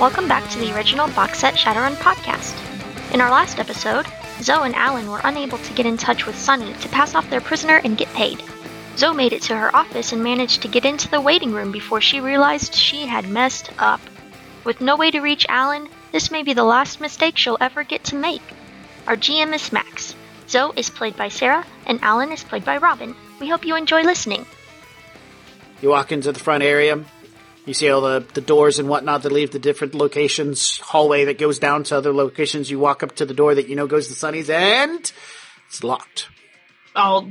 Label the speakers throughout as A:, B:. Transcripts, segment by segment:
A: Welcome back to the original box set Shadowrun podcast. In our last episode, Zoe and Alan were unable to get in touch with Sunny to pass off their prisoner and get paid. Zoe made it to her office and managed to get into the waiting room before she realized she had messed up. With no way to reach Alan, this may be the last mistake she'll ever get to make. Our GM is Max. Zoe is played by Sarah, and Alan is played by Robin. We hope you enjoy listening.
B: You walk into the front area. You see all the, the doors and whatnot that leave the different locations, hallway that goes down to other locations. You walk up to the door that you know goes to Sunny's, and it's locked.
C: oh,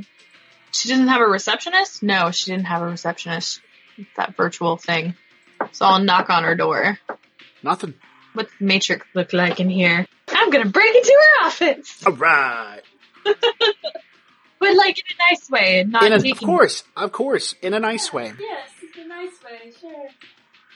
C: she didn't have a receptionist? No, she didn't have a receptionist. It's that virtual thing. So I'll knock on her door.
B: Nothing.
C: What's the Matrix look like in here? I'm gonna break into her office,
B: All right.
C: but like in a nice way, and not
B: In a, of
C: taking-
B: course, of course, in a nice way.
D: Yes, it's a nice way, sure.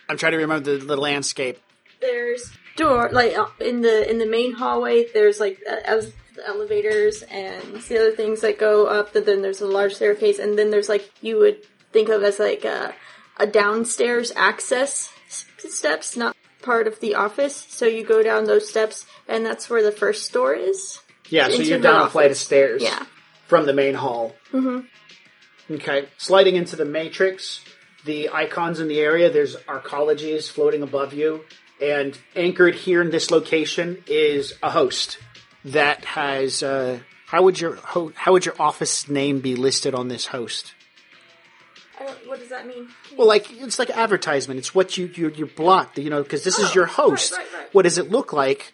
B: I'm trying to remember the, the landscape.
D: There's door like uh, in the in the main hallway. There's like uh, ele- elevators and the other things that go up. And then there's a large staircase, and then there's like you would think of as like a, a downstairs access s- steps, not part of the office. So you go down those steps, and that's where the first door is.
B: Yeah, so
D: Into
B: you're
D: her
B: down a
D: office.
B: flight of stairs.
D: Yeah.
B: From the main hall.
D: Mhm.
B: Okay. Sliding into the matrix, the icons in the area, there's arcologies floating above you. And anchored here in this location is a host that has. Uh, how would your ho- how would your office name be listed on this host?
D: I don't, what does that mean?
B: Well, like it's like advertisement. It's what you you you block, you know, because this is
D: Oh,
B: your host.
D: right, right, right.
B: What does it look like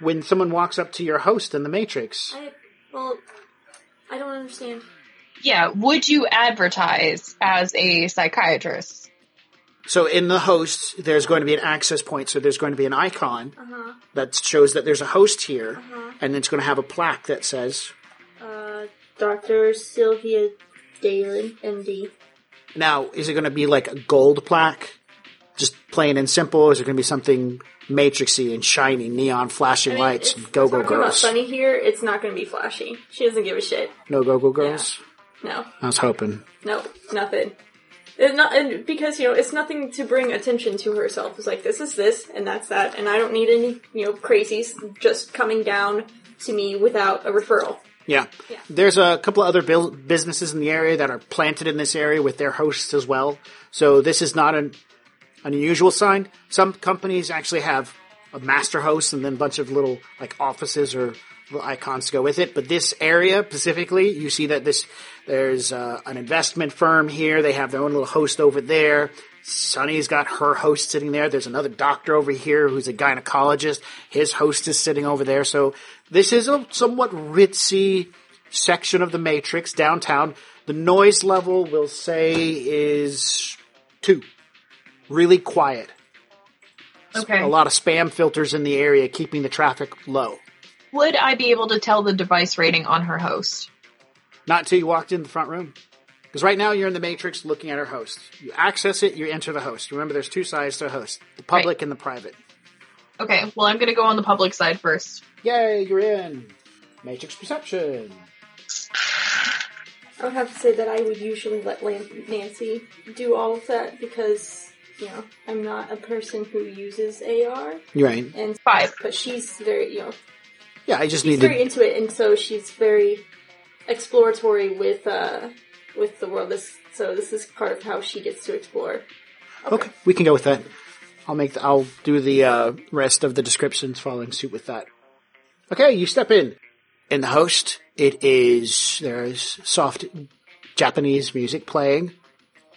B: when someone walks up to your host in the Matrix?
D: I well, I don't understand.
C: Yeah, would you advertise as a psychiatrist?
B: So in the host, there's going to be an access point. So there's going to be an icon
D: Uh huh.
B: that shows that there's a host here,
D: Uh-huh.
B: and it's going to have a plaque that says.
D: Uh, Dr. Sylvia Dalen, MD.
B: Now, is it going to be like a gold plaque, just plain and simple? Is it going to be something matrixy and shiny, neon flashing lights,
D: if
B: go
D: we're
B: go
D: talking about
B: girls,
D: Sunny here, it's not going to be flashy. She doesn't give a shit.
B: no go go girls?
D: No,
B: I was hoping.
D: no, nothing. It's not, and because you know, it's nothing to bring attention to herself. It's like this is this, and that's that, and I don't need any you know crazies just coming down to me without a referral.
B: Yeah.
D: Yeah.
B: There's a couple of other bil- businesses in the area that are planted in this area with their hosts as well. So this is not an unusual sign. Some companies actually have a master host and then a bunch of little like offices or little icons to go with it. But this area specifically, you see that this there's uh, an investment firm here. They have their own little host over there. Sunny's got her host sitting there. There's another doctor over here who's a gynecologist. His host is sitting over there. So this is a somewhat ritzy section of the Matrix downtown. The noise level, we'll say, is two. Really quiet.
C: Okay.
B: A lot of spam filters in the area, keeping the traffic low.
C: Would I be able to tell the device rating on her host?
B: Not until you walked in the front room. Because right now you're in the Matrix looking at our host. You access it, you enter the host. Remember, there's two sides to a host the public and the private.
C: Okay, well I'm gonna go on the public side first.
B: Yay, you're in. Matrix Perception.
D: I would have to say that I would usually let Lan- Nancy do all of that because you know I'm not a person who uses AR,
B: You're right.
D: and
C: Five.
D: but she's very you know
B: Yeah, I just
D: she's
B: need
D: very
B: to.
D: into it, and so she's very exploratory with uh with the world. This so this is part of how she gets to explore.
B: Okay, we can go with that. I'll make. The, I'll do the uh, rest of the descriptions following suit with that. Okay, you step in. In the host, it is there is soft Japanese music playing,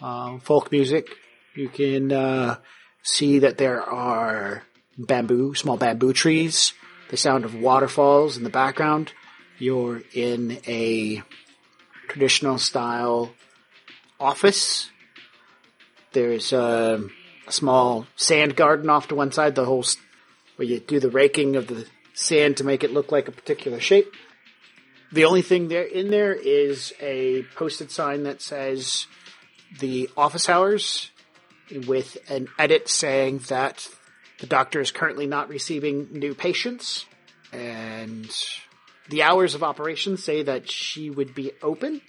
B: uh, folk music. You can uh, see that there are bamboo, small bamboo trees. The sound of waterfalls in the background. You're in a traditional style office there's a, a small sand garden off to one side, the whole s- where you do the raking of the sand to make it look like a particular shape. The only thing there in there is a posted sign that says the office hours with an edit saying that the doctor is currently not receiving new patients and the hours of operation say that she would be open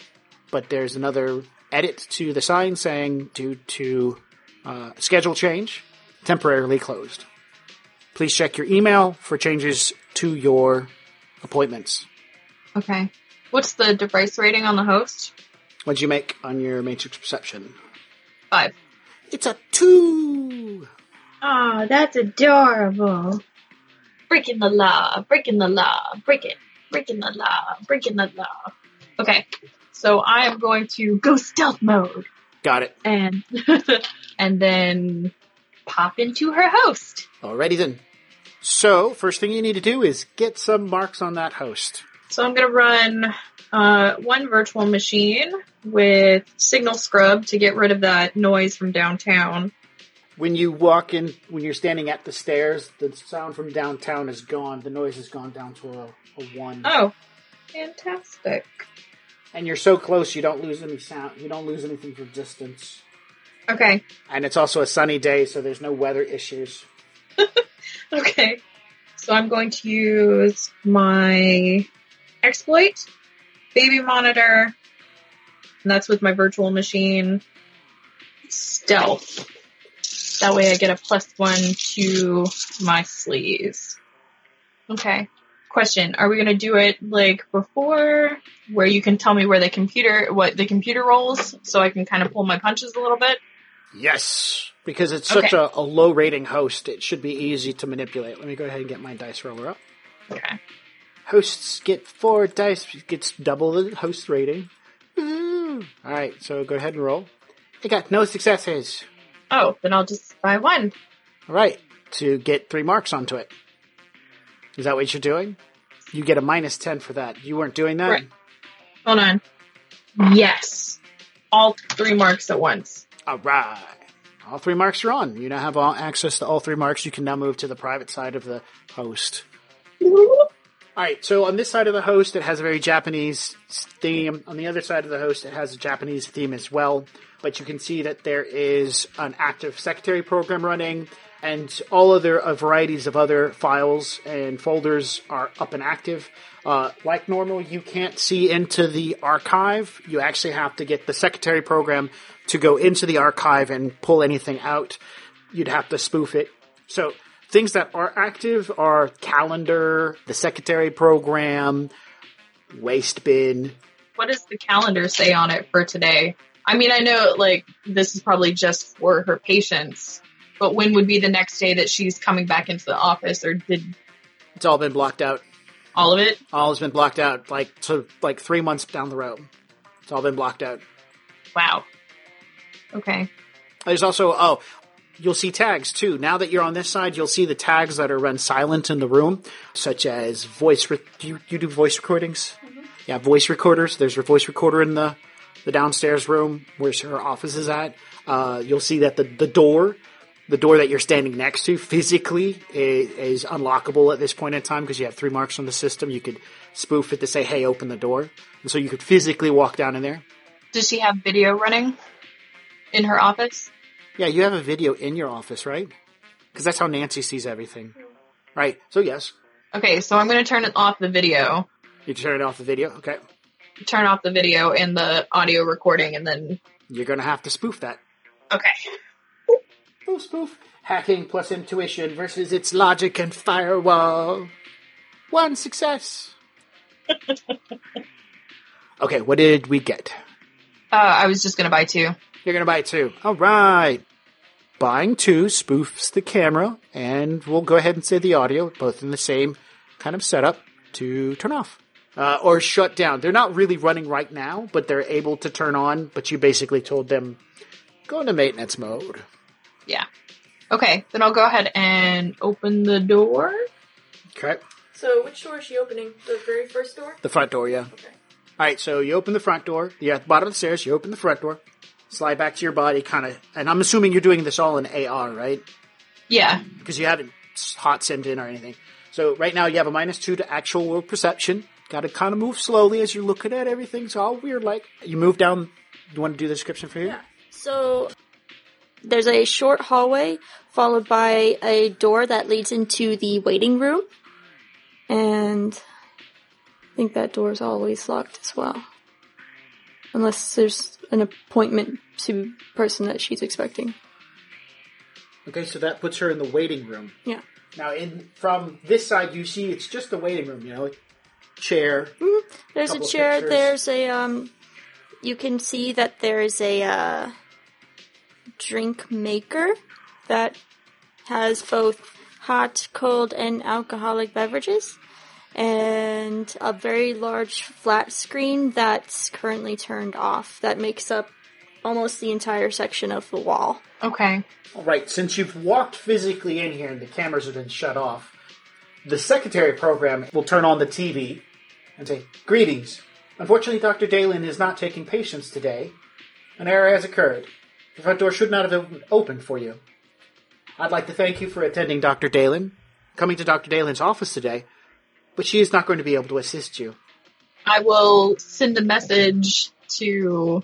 B: but there's another edit to the sign saying due to uh, schedule change, temporarily closed. Please check your email for changes to your appointments.
C: Okay. What's the device rating on the host?
B: What'd you make on your matrix perception?
C: Five.
B: It's a two.
E: Oh, that's adorable.
C: Breaking the law, breaking the law, break it, breaking the law, breaking the law. Okay. So I am going to go stealth mode
B: Got it.
C: and and then pop into her host.
B: Alrighty then. So, first thing you need to do is get some marks on that host.
C: So I'm gonna run uh, one virtual machine with signal scrub to get rid of that noise from downtown.
B: When you walk in, when you're standing at the stairs, the sound from downtown is gone. The noise has gone down to a, a one.
C: Oh, fantastic!
B: And you're so close, you don't lose any sound. You don't lose anything from distance.
C: Okay,
B: And it's also a sunny day, so there's no weather issues.
C: okay. So I'm going to use my exploit, baby monitor, and that's with my virtual machine stealth. That way I get a plus one to my sleeves. Okay. Question: Are we gonna do it like before, where you can tell me where the computer, what the computer rolls, so I can kind of pull my punches a little bit?
B: Yes, because it's such
C: Okay.
B: a, a low rating host, it should be easy to manipulate. Let me go ahead and get my dice roller up.
C: Okay.
B: Hosts get four dice, gets double the host rating. Mm. All right, so go ahead and roll. I got no successes.
C: Oh, then I'll just buy one.
B: All right, to get three marks onto it. Is that what you're doing? You get a minus 10 for that. You weren't doing that?
C: Right. Hold on. Yes. All three marks at once.
B: All right. All three marks are on. You now have all access to all three marks. You can now move to the private side of the host. All right. So on this side of the host, it has a very Japanese theme. On the other side of the host, it has a Japanese theme as well. But you can see that there is an active secretary program running, and all other uh, varieties of other files and folders are up and active. Uh, like normal, you can't see into the archive. You actually have to get the secretary program to go into the archive and pull anything out. You'd have to spoof it. So things that are active are calendar, the secretary program, waste bin.
C: What does the calendar say on it for today? I mean, I know like this is probably just for her patients, but when would be the next day that she's coming back into the office or did
B: It's all been blocked out.
C: all of it?
B: All has been blocked out. Like so, like three months down the road, it's all been blocked out.
C: Wow. Okay.
B: There's also oh, you'll see tags too. Now that you're on this side, you'll see the tags that are run silent in the room, such as voice. Re- do you, you do voice recordings? Yeah, voice recorders. There's a voice recorder in the the downstairs room where her office is at. Uh, you'll see that the the door. The door that you're standing next to physically is, is unlockable at this point in time because you have three marks on the system. You could spoof it to say, "Hey, open the door," and so you could physically walk down in there.
C: Does she have video running in her office?
B: Yeah, you have a video in your office, right? Because that's how Nancy sees everything. Right. So, yes,
C: Okay, so I'm going to turn it off the video,
B: you turn off the video. Okay.
C: turn off the video and the audio recording, and then
B: You're going to have to spoof that.
C: okay.
B: Spoof, spoof. Hacking plus intuition versus its logic and firewall. One success. okay, what did we get?
C: Uh, I was just going to buy two.
B: You're going to buy two. All right. Buying two spoofs the camera, and we'll go ahead and say the audio, both in the same kind of setup to turn off uh, or shut down. They're not really running right now, but they're able to turn on. But you basically told them go into maintenance mode.
C: Yeah. Okay, then I'll go ahead and open the door.
B: Okay.
D: So which door is she opening? The very first door?
B: The front door, yeah.
D: Okay.
B: All right, so you open the front door. You're at the bottom of the stairs. You open the front door, slide back to your body, kind of. And I'm assuming you're doing this all in AR, right?
C: Yeah.
B: because you haven't hot sent in or anything. So right now you have a minus two to actual world perception. Got to kind of move slowly as you're looking at everything. It's all weird. Like you move down. You want to do the description for you?
D: Yeah. So there's a short hallway followed by a door that leads into the waiting room. And I think that door is always locked as well. Unless there's an appointment to person that she's expecting.
B: Okay, so that puts her in the waiting room.
D: Yeah.
B: Now, in from this side, you see it's just the waiting room. You know, like chair.
D: There's a
B: Couple
D: chair.
B: pictures.
D: There's a um. You can see that there is a uh, drink maker that has both hot, cold, and alcoholic beverages, and a very large flat screen that's currently turned off. That makes up almost the entire section of the wall.
C: Okay.
B: All right. Since you've walked physically in here and the cameras have been shut off, the secretary program will turn on the TV and say, "Greetings. Unfortunately, Doctor Dalen is not taking patients today. An error has occurred. The front door should not have been opened for you. I'd like to thank you for attending Doctor Dalen, coming to Doctor Dalen's office today, but she is not going to be able to assist you."
C: I will send a message to.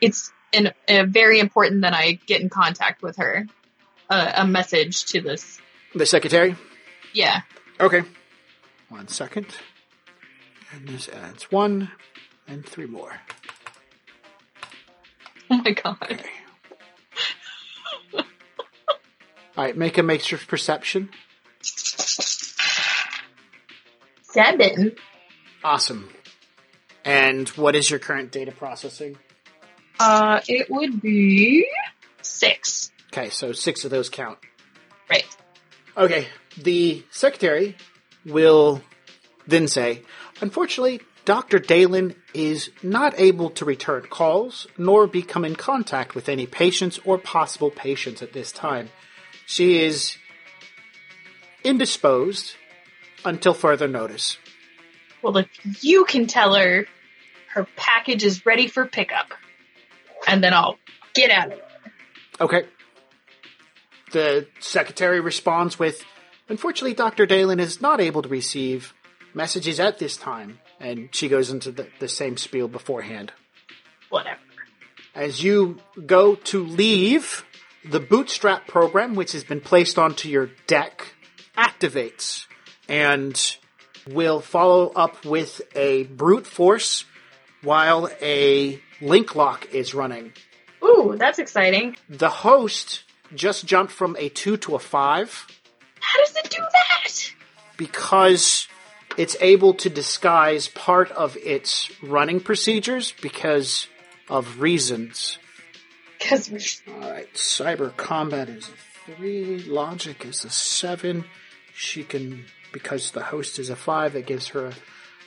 C: It's an, uh, very important that I get in contact with her. Uh, a message to this.
B: The secretary.
C: Yeah.
B: Okay. One second. And this adds one and three more.
C: Oh my god.
B: Alright, make a makeshift perception.
C: Seven.
B: Awesome. And what is your current data processing?
C: Uh, it would be six.
B: Okay, so six of those count.
C: Right.
B: Okay, the secretary will then say, unfortunately, Dr. Dalen is not able to return calls nor become in contact with any patients or possible patients at this time. She is indisposed until further notice.
C: Well, if you can tell her her package is ready for pickup, and then I'll get out of it.
B: Okay. The secretary responds with, Unfortunately, Dr. Dalen is not able to receive messages at this time. And she goes into the, the same spiel beforehand.
C: Whatever.
B: As you go to leave, the bootstrap program, which has been placed onto your deck, activates and will follow up with a brute force while a link lock is running.
C: Ooh, that's exciting.
B: The host just jumped from a two to a five
C: How does it do that?
B: because it's able to disguise part of its running procedures because of reasons.
C: Because we
B: Alright, cyber combat is a three, logic is a seven. She can, because the host is a five, that gives her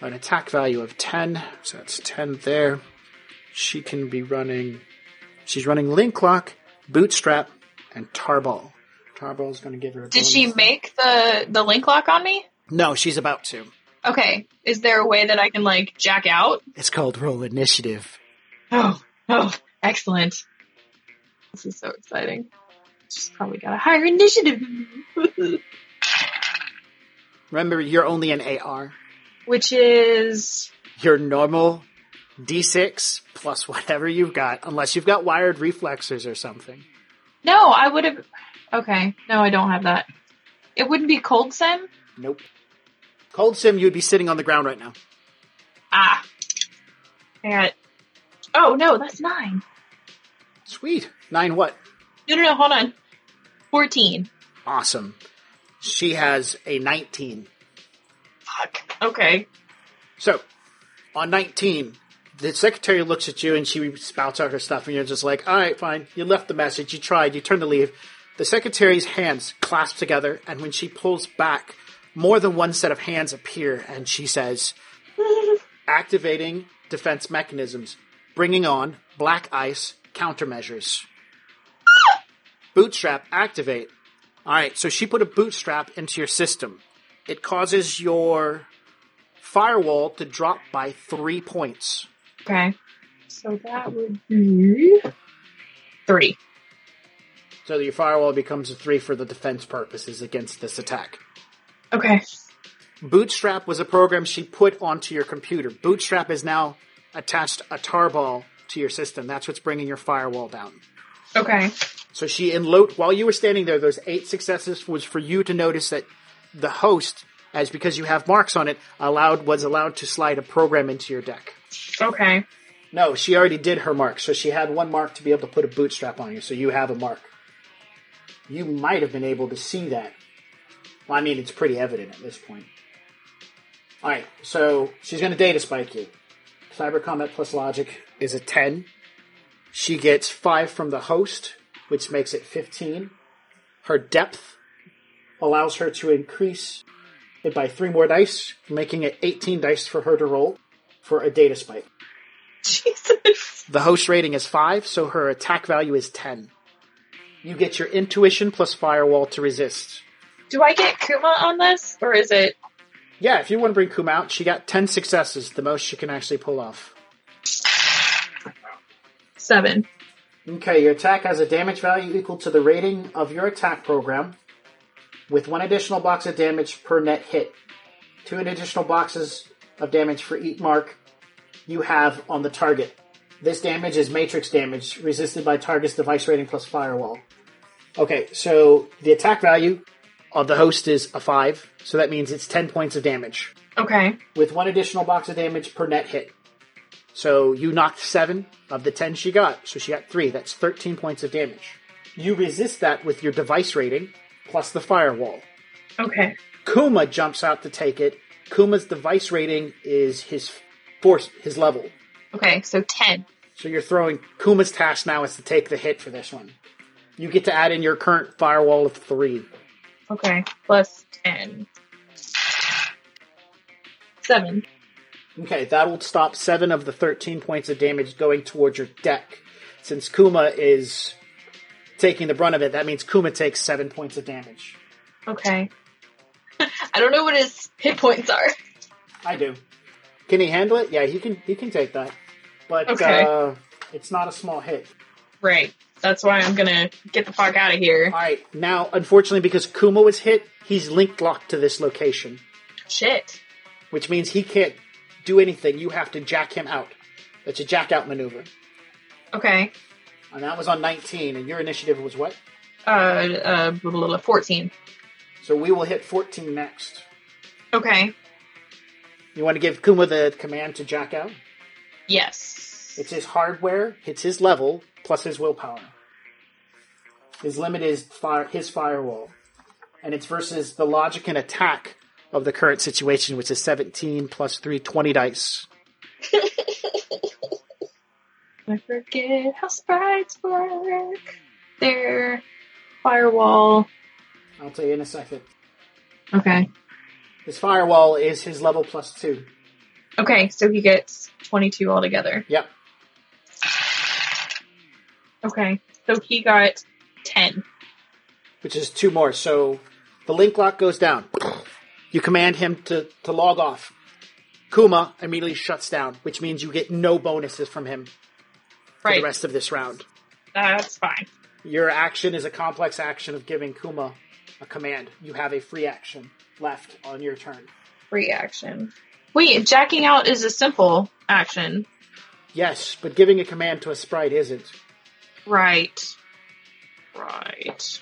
B: an attack value of 10. So that's 10 there. She can be running, she's running Link Lock, Bootstrap, and Tarball. Tarball's going to give her a
C: did
B: bonus.
C: she make the the link lock on me?
B: No, she's about to.
C: Okay. Is there a way that I can like jack out?
B: It's called Roll Initiative.
C: Oh, oh, excellent. This is so exciting. She's probably got a higher initiative,
B: Remember, you're only an AR.
C: which is
B: Your normal D6 plus whatever you've got, unless you've got wired reflexes or something.
C: no. I would have. Okay. No, I don't have that. It wouldn't be cold sim.
B: Nope. Cold Sim, you'd be sitting on the ground right now.
C: Ah. I got. Oh no, that's nine.
B: Sweet. Nine what?
C: No, no, no. Hold on. Fourteen.
B: Awesome. She has a 19.
C: Fuck. Okay.
B: So, on 19, the secretary looks at you and she spouts out her stuff, and you're just like, all right, fine. You left the message, you tried, you turned to leave. The secretary's hands clasp together, and when she pulls back, more than one set of hands appear, and she says, activating defense mechanisms, bringing on black ice countermeasures. bootstrap activate. All right, so she put a bootstrap into your system. It causes your firewall to drop by three points.
C: Okay. So that would be three.
B: So your firewall becomes a three for the defense purposes against this attack.
C: Okay.
B: Bootstrap was a program she put onto your computer. Bootstrap is now attached a tarball to your system. That's what's bringing your firewall down.
C: Okay.
B: So she enlote while you were standing there, those eight successes was for you to notice that the host, as because you have marks on it, allowed was allowed to slide a program into your deck.
C: Okay.
B: No, she already did her mark, so she had one mark to be able to put a bootstrap on you. So you have a mark. you might have been able to see that. Well, I mean, it's pretty evident at this point. All right, so she's going to data spike you. Cyber combat plus logic is a 10. She gets 5 from the host, which makes it 15. Her depth allows her to increase it by 3 more dice, making it 18 dice for her to roll for a data spike.
C: Jesus.
B: The host rating is 5, so her attack value is 10. You get your intuition plus firewall to resist.
C: Do I get Kuma on this, or is it
B: Yeah, if you want to bring Kuma out, she got 10 successes, the most she can actually pull off.
C: seven?
B: Okay, your attack has a damage value equal to the rating of your attack program, with one additional box of damage per net hit. Two additional boxes of damage for each mark you have on the target. This damage is matrix damage, resisted by target's device rating plus firewall. Okay, so the attack value of the host is a 5, so that means it's 10 points of damage,
C: Okay.
B: with one additional box of damage per net hit. So you knocked seven of the ten she got, so she got three. That's 13 points of damage. You resist that with your device rating plus the firewall.
C: Okay.
B: Kuma jumps out to take it. Kuma's device rating is his force, his level.
C: Okay. So ten.
B: So you're throwing Kuma's task now is to take the hit for this one. You get to add in your current firewall of three.
C: Okay. Plus ten. Seven.
B: Okay, that will stop seven of the 13 points of damage going towards your deck. Since Kuma is taking the brunt of it, that means Kuma takes seven points of damage.
C: Okay. I don't know what his hit points are.
B: I do. Can he handle it? Yeah, he can. He can take that, but
C: Okay.
B: uh, it's not a small hit.
C: Right. That's why I'm gonna get the fuck out of here.
B: All right, now unfortunately, because Kuma was hit, he's link locked to this location,
C: Shit.
B: which means he can't do anything. You have to jack him out. That's a jack out maneuver,
C: Okay.
B: and that was on 19. And your initiative was what?
C: Uh, uh, blah, blah, blah, fourteen.
B: So we will hit 14 next.
C: Okay.
B: You want to give Kuma the command to jack out?
C: Yes.
B: It's his hardware, it's his level, plus his willpower. His limit is fire, his firewall. And it's versus the logic and attack of the current situation, which is 17 plus 3, 20 dice.
C: I forget how sprites work. Their firewall.
B: I'll tell you in a second.
C: Okay.
B: His firewall is his level plus 2.
C: Okay, so he gets 22 altogether.
B: Yep.
C: Okay, so he got 10.
B: which is two more. So the link lock goes down. You command him to, to log off. Kuma immediately shuts down, which means you get no bonuses from him for
C: Right,
B: the rest of this round.
C: that's fine.
B: Your action is a complex action of giving Kuma a command. You have a free action left on your turn.
C: Reaction. Wait, jacking out is a simple action.
B: Yes, but giving a command to a sprite isn't.
C: Right. Right.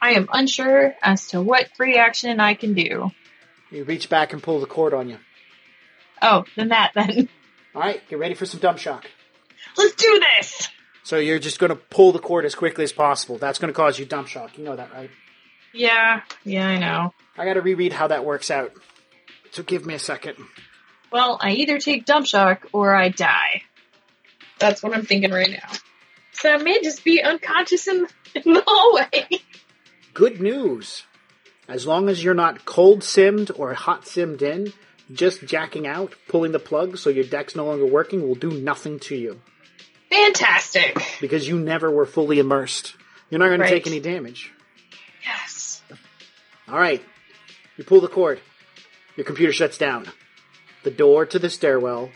C: I am unsure as to what free action I can do.
B: You reach back and pull the cord on you.
C: Oh, then that, then.
B: All right, get ready for some dump shock.
C: Let's do this!
B: So you're just going to pull the cord as quickly as possible. That's going to cause you dump shock. You know that, right?
C: Yeah, yeah, I know.
B: I gotta reread how that works out. So give me a second.
C: Well, I either take dump shock or I die. That's what I'm thinking right now. So I may just be unconscious in, in the hallway.
B: Good news! As long as you're not cold simmed or hot simmed in, just jacking out, pulling the plug so your deck's no longer working will do nothing to you
C: Fantastic.
B: because you never were fully immersed. You're not gonna
C: Right.
B: take any damage.
C: Yes.
B: Alright, you pull the cord. Your computer shuts down. The door to the stairwell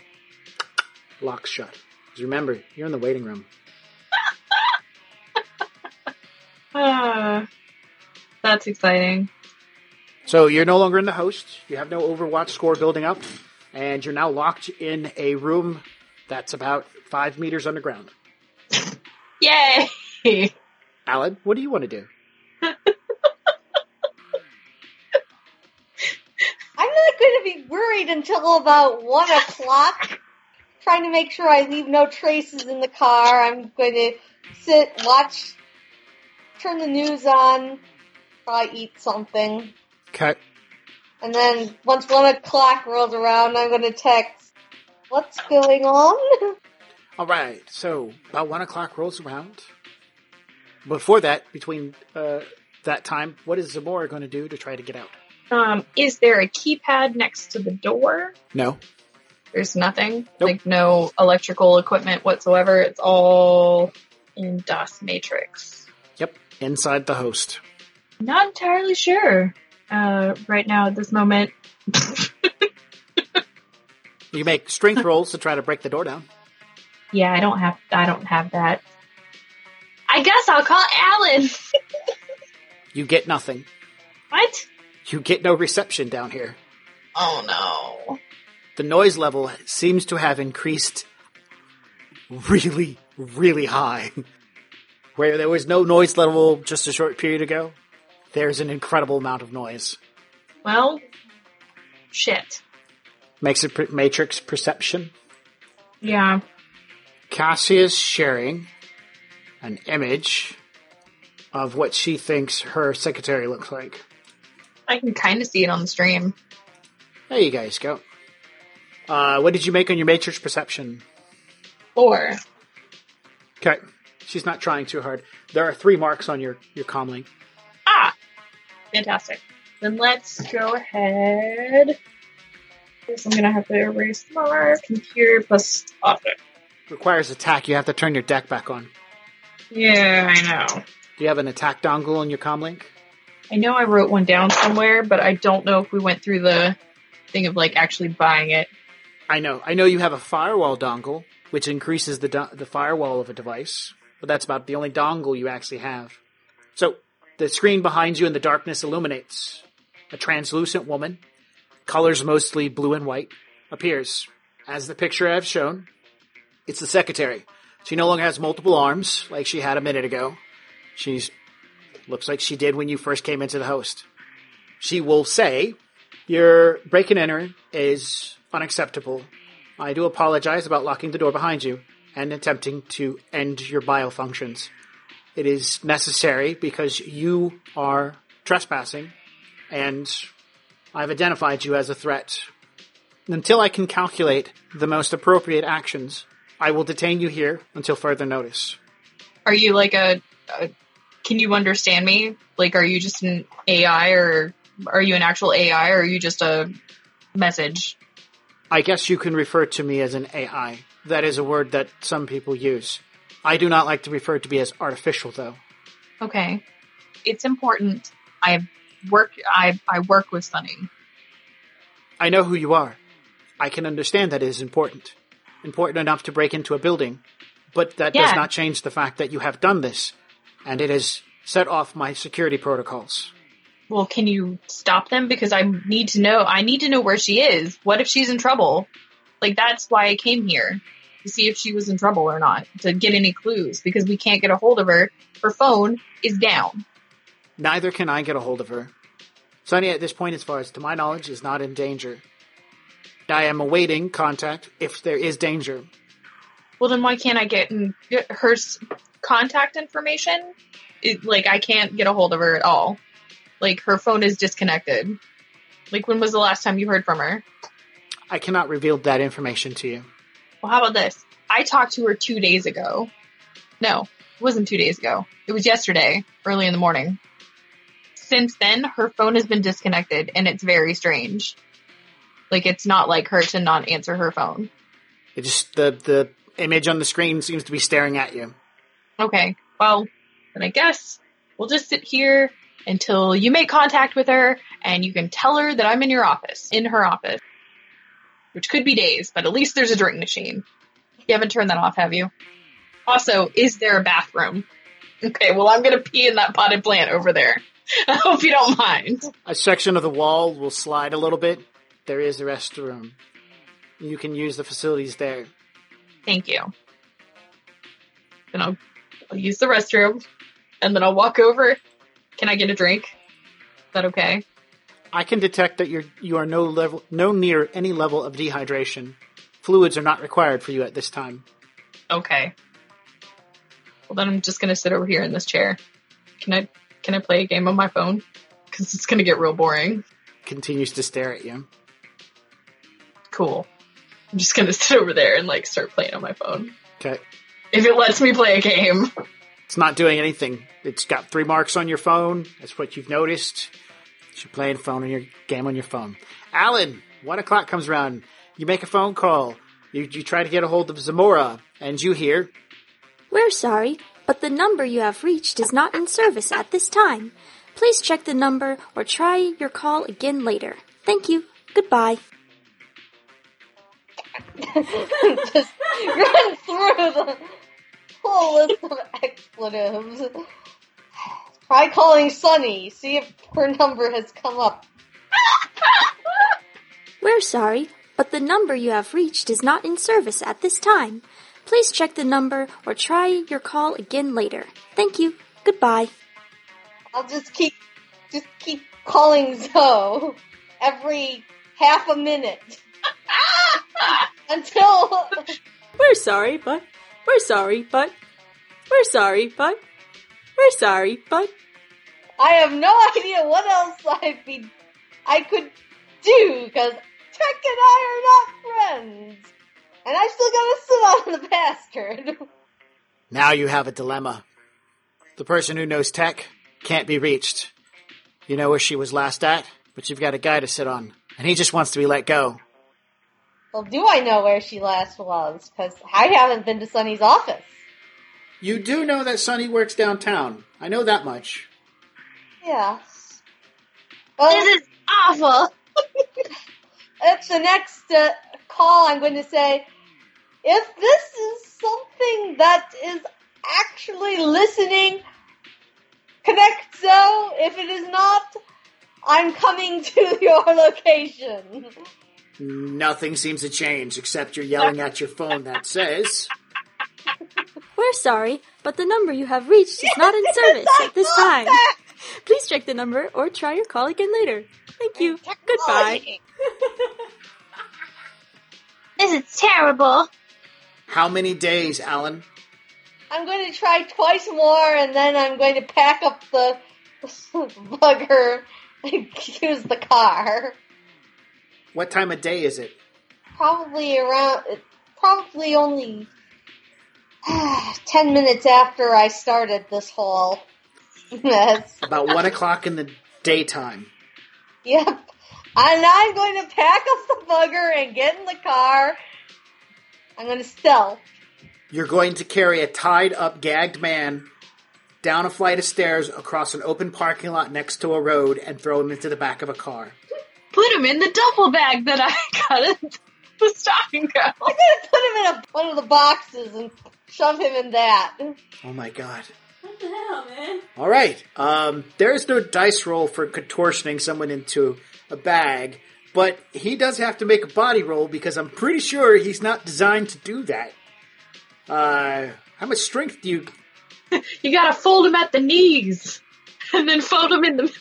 B: locks shut. 'Cause remember, you're in the waiting room.
C: Uh, that's exciting.
B: So you're no longer in the host. You have no Overwatch score building up, and you're now locked in a room that's about five meters underground.
C: Yay.
B: Alan, what do you want to do?
F: I'm not going to be worried until about one o'clock. Trying to make sure I leave no traces in the car. I'm going to sit, watch turn the news on while I eat something.
B: Okay.
F: And then once one o'clock rolls around, I'm gonna text, "What's going on?"
B: All right. So about one o'clock rolls around. Before that, between uh, that time, what is Zamora going to do to try to get out?
C: Um, is there a keypad next to the door?
B: No.
C: There's nothing.
B: Nope.
C: Like no electrical equipment whatsoever. It's all in DOS matrix.
B: Yep. Inside the host.
C: Not entirely sure. Uh, right now at this moment.
B: You make strength rolls to try to break the door down.
C: yeah, I don't have I don't have that. I guess I'll call Alan.
B: You get nothing.
C: what?
B: You get no reception down here.
C: Oh no.
B: The noise level seems to have increased really, really high. Where there was no noise level just a short period ago, there's an incredible amount of noise.
C: Well, shit.
B: Makes a per- matrix perception.
C: Yeah.
B: Cassia's sharing an image of what she thinks her secretary looks like.
C: I can kind of see it on the stream.
B: There you guys go. Uh, what did you make on your matrix perception?
C: Four.
B: Okay. She's not trying too hard. There are three marks on your, your comm link.
C: Ah, fantastic. Then let's go ahead. Guess I'm gonna have to erase more computer plus object.
B: Requires attack. You have to turn your deck back on.
C: Yeah, I know.
B: Do you have an attack dongle on your comm link?
C: I know I wrote one down somewhere, but I don't know if we went through the thing of like actually buying it.
B: I know. I know you have a firewall dongle, which increases the do- the firewall of a device, but that's about the only dongle you actually have. So the screen behind you in the darkness illuminates. A translucent woman, colors mostly blue and white, appears. As the picture I've shown, it's the secretary. She no longer has multiple arms like she had a minute ago. She's looks like she did when you first came into the host. She will say, your break and enter is unacceptable. I do apologize about locking the door behind you and attempting to end your bio functions. It is necessary because you are trespassing and I've identified you as a threat. Until I can calculate the most appropriate actions, I will detain you here until further notice.
C: Are you like a, a can you understand me? Like are you just an AI or are you an actual AI or are you just a message?
B: I guess you can refer to me as an AI. That is a word that some people use. I do not like to refer to me as artificial, though.
C: Okay. It's important. I work I I work with Sunny.
B: I know who you are. I can understand that it is important. Important enough to break into a building. But that does
C: Yeah.
B: not change the fact that you have done this, and it has set off my security protocols.
C: Well, can you stop them because I need to know I need to know where she is. What if she's in trouble? Like that's why I came here to see if she was in trouble or not, to get any clues because we can't get a hold of her. Her phone is down.
B: Neither can I get a hold of her. Sonny, at this point, as far as to my knowledge, is not in danger. I am awaiting contact if there is danger.
C: Well, then why can't I get, in, get her s- contact information? It, like I can't get a hold of her at all. Like her phone is disconnected. Like when was the last time you heard from her?
B: I cannot reveal that information to you.
C: Well, how about this? I talked to her two days ago. No, it wasn't two days ago. It was yesterday, early in the morning. Since then, her phone has been disconnected, and it's very strange. Like, it's not like her to not answer her phone.
B: It just the the image on the screen seems to be staring at you.
C: Okay, well, then I guess we'll just sit here until you make contact with her, and you can tell her that I'm in your office, in her office. Which could be days, but at least there's a drink machine. You haven't turned that off, have you? Also, is there a bathroom? Okay, well, I'm gonna pee in that potted plant over there. I hope you don't mind.
B: A section of the wall will slide a little bit. There is a restroom. You can use the facilities there.
C: Thank you. Then I'll, I'll use the restroom, and then I'll walk over. Can I get a drink? Is that okay?
B: I can detect that you're you are no level no near any level of dehydration. Fluids are not required for you at this time.
C: Okay. Well, then I'm just gonna sit over here in this chair. Can I can I play a game on my phone? Because it's gonna get real boring.
B: Continues to stare at you.
C: Cool. I'm just gonna sit over there and like start playing on my phone.
B: Okay.
C: If it lets me play a game.
B: It's not doing anything. It's got three marks on your phone. That's what you've noticed. You're playing phone on your game on your phone. Alan, one o'clock comes around. You make a phone call. You, you try to get a hold of Zamora, and you hear
G: We're sorry, but the number you have reached is not in service at this time. Please check the number or try your call again later. Thank you. Goodbye.
F: Just run through the whole list of expletives. Try calling Sunny. See if her number has come up.
G: We're sorry, but the number you have reached is not in service at this time. Please check the number or try your call again later. Thank you. Goodbye.
F: I'll just keep, just keep calling Zoe every half a minute until
D: We're sorry, but we're sorry, but we're sorry, but we're sorry, but
F: I have no idea what else I'd be, I could do because Tech and I are not friends, and I still gotta sit on the bastard.
B: Now you have a dilemma. The person who knows tech can't be reached. You know where she was last at, but you've got a guy to sit on, and he just wants to be let go.
F: Well, do I know where she last was? Because I haven't been to Sunny's office.
B: You do know that Sonny works downtown. I know that much.
F: Yeah. Well,
E: This is awful.
F: that's the next uh, call I'm going to say. If this is something that is actually listening, connect so. If it is not, I'm coming to your location.
B: Nothing seems to change except you're yelling at your phone that says,
G: We're sorry, but the number you have reached is not in service at this time. Please check the number or try your call again later. Thank you. Goodbye.
E: This is terrible.
B: How many days, Alan?
F: I'm going to try twice more, and then I'm going to pack up the bugger and use the car.
B: What time of day is it?
F: Probably around, probably only ten minutes after I started this whole mess.
B: About one o'clock in the daytime.
F: Yep. And I'm going to pack up the bugger and get in the car. I'm going to stealth.
B: You're going to carry a tied up, gagged man down a flight of stairs across an open parking lot next to a road and throw him into the back of a car.
C: Put him in the duffel bag that I got at the stop and go.
F: I'm going to put him in a, one of the boxes and shove him in that.
B: Oh my god.
D: what the hell, man?
B: All right. Um, there is no dice roll for contortioning someone into a bag, but he does have to make a body roll because I'm pretty sure he's not designed to do that. Uh, how much strength do you?
C: You gotta fold him at the knees. And then fold him in the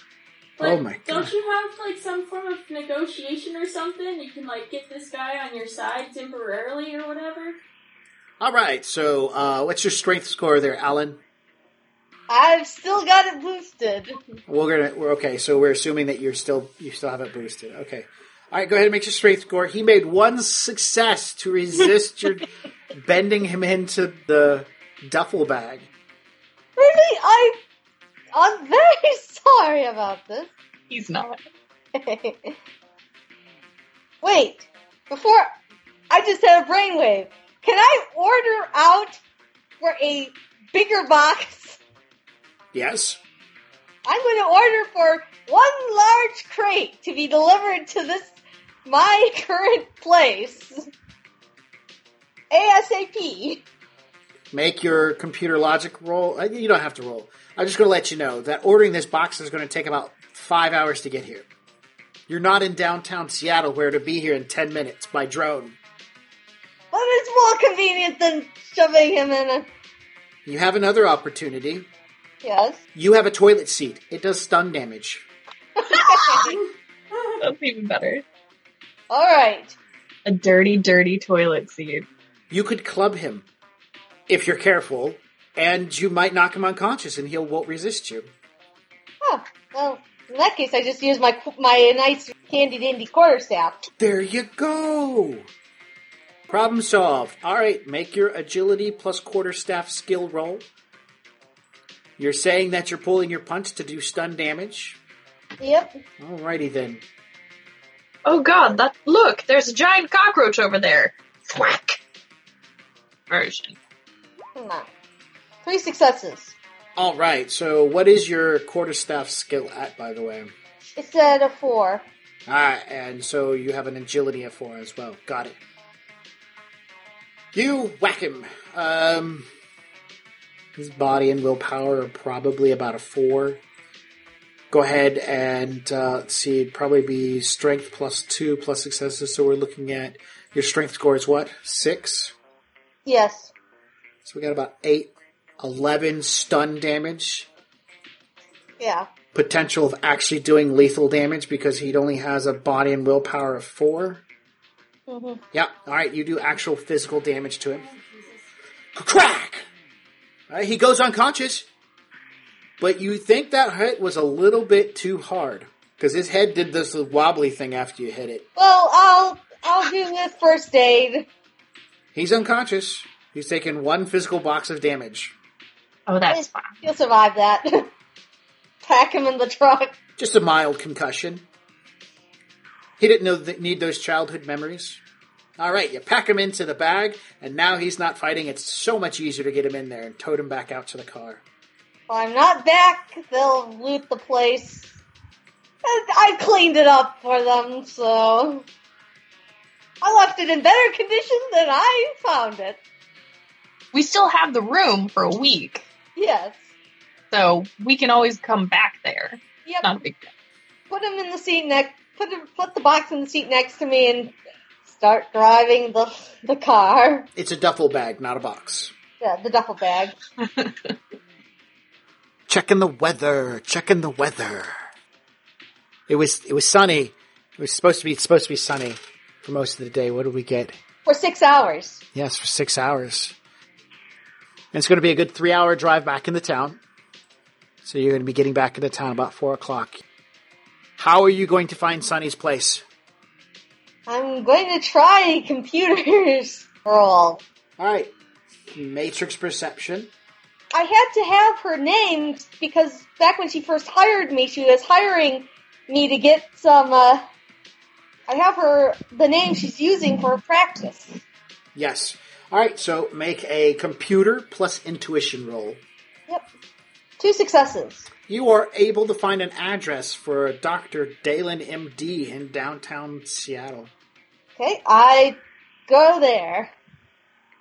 B: Oh my god!
D: Don't you have like some form of negotiation or something? You can like get this guy on your side temporarily or whatever.
B: All right. So, uh, what's your strength score there, Alan?
F: I've still got it boosted.
B: We're gonna. We're okay. So we're assuming that you're still you still have it boosted. Okay. All right. Go ahead and make your strength score. He made one success to resist your bending him into the duffel bag.
F: Really? I, I'm very sorry about this.
C: He's not.
F: Wait, before I just had a brainwave. Can I order out for a bigger box?
B: Yes.
F: I'm going to order for one large crate to be delivered to this my current place. ASAP.
B: make your computer logic roll. Uh, You don't have to roll. I'm just going to let you know that ordering this box is going to take about five hours to get here. You're not in downtown Seattle, where to be here in ten minutes by drone.
F: But it's more convenient than shoving him in a
B: You have another opportunity.
F: yes.
B: You have a toilet seat. It does stun damage.
C: That's even better.
F: All right.
C: A dirty, dirty toilet seat.
B: You could club him if you're careful. and you might knock him unconscious, and he won't resist you.
F: Oh, well, in that case, I just use my my nice candy dandy quarterstaff.
B: There you go. Problem solved. All right, make your agility plus quarterstaff skill roll. You're saying that you're pulling your punch to do stun damage.
F: Yep.
B: Alrighty then.
C: Oh god, that look, there's a giant cockroach over there. Thwack. Version.
F: Come on. Three successes.
B: All right. So, what is your quarterstaff skill at, by the way?
F: It's at a four.
B: All right, Ah, and so you have an agility of four as well. Got it. You whack him. Um, his body and willpower are probably about a four. Go ahead and uh, let's see. It'd probably be strength plus two plus successes. So we're looking at your strength score is what six.
F: Yes.
B: So we got about eight, 11 stun damage.
F: Yeah.
B: Potential of actually doing lethal damage because he only has a body and willpower of four.
F: Mhm.
B: Yeah. All right. You do actual physical damage to him. Crack. All right. He goes unconscious. But you think that hit was a little bit too hard because his head did this wobbly thing after you hit it.
F: Well, I'll I'll do this first aid.
B: He's unconscious. He's taken one physical box of damage.
C: Oh, that's fine.
F: You'll survive that. Pack him in the truck.
B: Just a mild concussion. He didn't know th- need those childhood memories. All right, you pack him into the bag, and now he's not fighting. It's so much easier to get him in there and tote him back out to the car.
F: If I'm not back, they'll loot the place. And I cleaned it up for them, so I left it in better condition than I found it.
C: We still have the room for a week,
F: Yes.
C: so we can always come back there.
F: Yep.
C: Not a big deal.
F: Put him in the seat next. Put him, put the box in the seat next to me and start driving the the car.
B: It's a duffel bag, not a box.
F: Yeah, the duffel bag.
B: checking the weather, checking the weather. It was it was sunny. It was supposed to be it's supposed to be sunny for most of the day. What did we get?
F: for six hours.
B: Yes, for six hours. And it's going to be a good three hour drive back into town. So you're going to be getting back into town about four o'clock. How are you going to find Sonny's place?
F: I'm going to try computers roll.
B: All right, matrix perception.
F: I had to have her named because back when she first hired me, she was hiring me to get some. Uh, I have her the name she's using for practice.
B: Yes. All right, so make a computer plus intuition roll.
F: Yep, two successes.
B: You are able to find an address for Dr. Dalen MD in downtown Seattle.
F: Okay, I go there.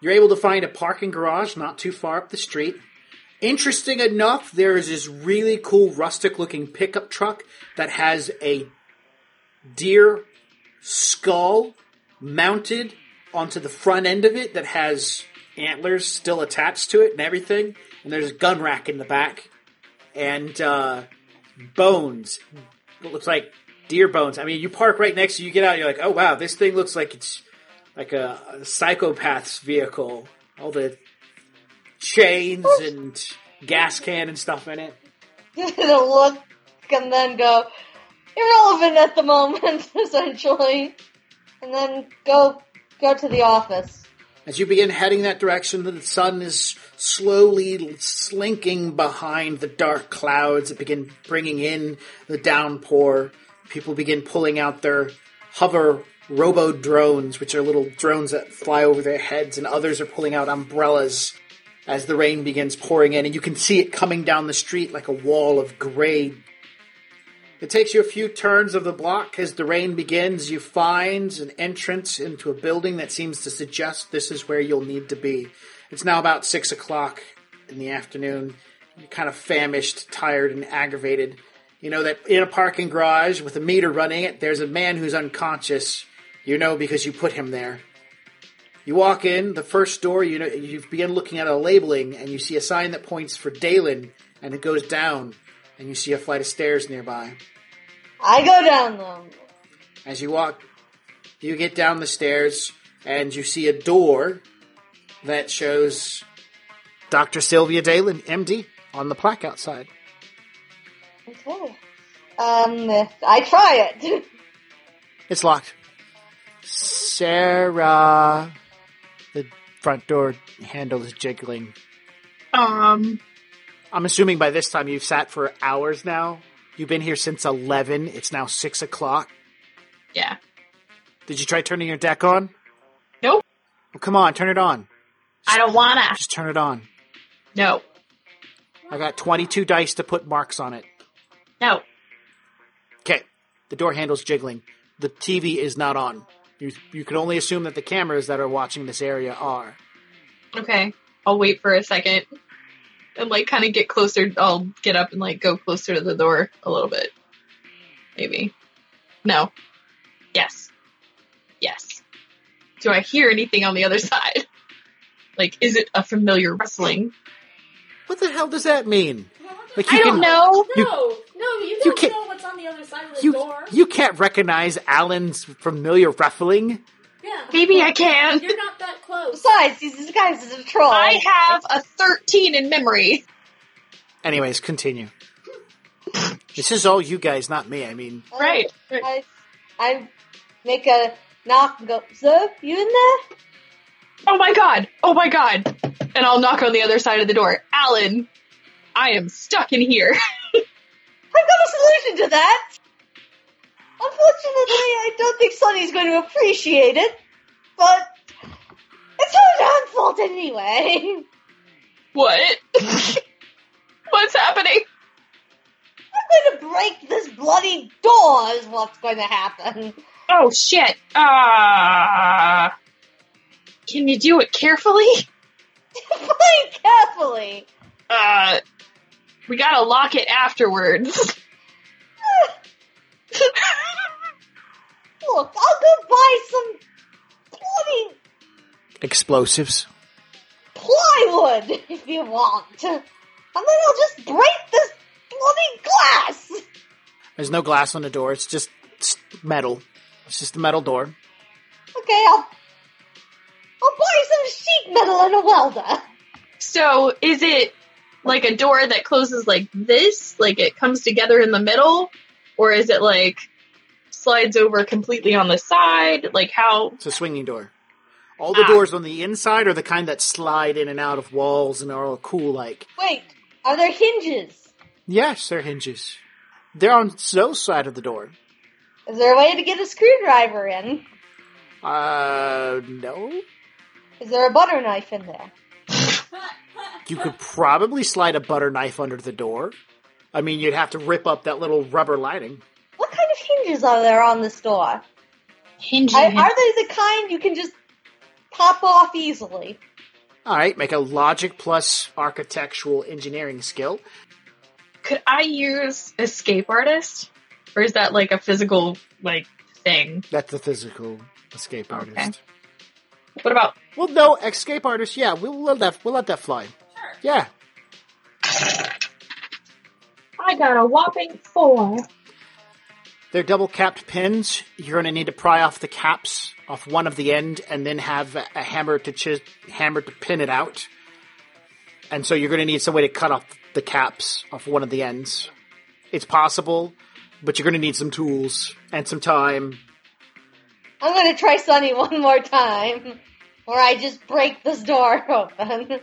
B: You're able to find a parking garage not too far up the street. Interesting enough, there is this really cool rustic looking pickup truck that has a deer skull mounted onto the front end of it that has antlers still attached to it and everything. And there's a gun rack in the back. And uh, bones. It looks like deer bones. I mean, you park right next to you get out, you're like, oh wow, this thing looks like it's like a, a psychopath's vehicle. All the chains and gas can and stuff in it.
F: Give it a look and then go irrelevant at the moment, essentially, and then go go to the office.
B: As you begin heading that direction, the sun is slowly slinking behind the dark clouds that begin bringing in the downpour. People begin pulling out their hover robo drones, which are little drones that fly over their heads, and others are pulling out umbrellas as the rain begins pouring in, and you can see it coming down the street like a wall of gray. It takes you a few turns of the block as the rain begins. You find an entrance into a building that seems to suggest this is where you'll need to be. It's now about six o'clock in the afternoon. You're kind of famished, tired, and aggravated. You know that in a parking garage with a meter running it, there's a man who's unconscious. You know because you put him there. You walk in, the first door, you know, you begin looking at a labeling, and you see a sign that points for Dalen, and it goes down, and you see a flight of stairs nearby.
F: I go down them.
B: As you walk, you get down the stairs, and you see a door that shows Dr. Sylvia Dalen, MD, on the plaque outside.
F: Okay. Um, I try it.
B: It's locked. Sarah. The front door handle is jiggling.
C: Um,
B: I'm assuming by this time you've sat for hours now. You've been here since 11. It's now 6 o'clock.
C: yeah.
B: Did you try turning your deck on?
C: Nope.
B: Well, come on, turn it on.
C: I don't wanna.
B: Just turn it on.
C: No.
B: I got 22 dice to put marks on it.
C: No.
B: Okay. The door handle's jiggling. The TV is not on. You, you can only assume that the cameras that are watching this area are.
C: Okay. I'll wait for a second and like kind of get closer. I'll get up and like go closer to the door a little bit. Maybe. No. Yes. Yes. Do I hear anything on the other side? Like, is it a familiar rustling?
B: What the hell does that mean? Like
E: I don't know.
B: You-
G: no, no, you
B: you
G: don't
B: can't-
G: know what's on the other side of the
B: You,
G: door.
B: you can't recognize Alan's familiar ruffling.
G: yeah,
C: Maybe I can.
G: you're not that close.
F: Besides, these these guys is a troll.
C: I have a 13 in memory.
B: Anyways, continue. this is all you guys, not me. I mean,
C: Right.
F: I, I make a knock and go, so you in there?
C: Oh my god! Oh my god! And I'll knock on the other side of the door. Alan, I am stuck in here.
F: I've got a solution to that. Unfortunately, I don't think Sonny's going to appreciate it, but it's her damn fault anyway.
C: What? What's happening?
F: I'm going to break this bloody door is what's going to happen.
C: Oh shit! Ah! can you do it carefully?
F: Play carefully.
C: Uh, we gotta lock it afterwards.
F: Look, I'll go buy some bloody
B: explosives.
F: plywood if you want. And then I'll just break this bloody glass.
B: There's no glass on the door. It's just it's metal. It's just a metal door.
F: Okay, I'll I'll buy some sheet metal and a welder.
C: so, is it like a door that closes like this? Like it comes together in the middle? Or is it like slides over completely on the side? Like how?
B: It's a swinging door. All the
C: Ah.
B: doors on the inside are the kind that slide in and out of walls and are all cool like.
F: Wait, are there hinges?
B: Yes, they're hinges. They're on Zoe's side of the door.
F: Is there a way to get a screwdriver in?
B: Uh, no.
F: Is there a butter knife in there?
B: You could probably slide a butter knife under the door. I mean, you'd have to rip up that little rubber lining.
F: What kind of hinges are there on this door?
C: Hinging
F: I, are they the kind you can just pop off easily?
B: All right, make a logic plus architectural engineering skill.
C: Could I use escape artist? Or is that like a physical like thing?
B: That's the physical escape artist.
C: Okay. What about
B: Well, no, escape artist. Yeah, we'll let that. We'll let that fly. Yeah,
C: I got a whopping four.
B: they're double capped pins. You're going to need to pry off the caps off one of the end, and then have a a hammer to chis- hammer to pin it out. And so you're going to need some way to cut off the caps off one of the ends. It's possible, but you're going to need some tools and some time.
F: I'm gonna try Sunny one more time, or I just break this door open.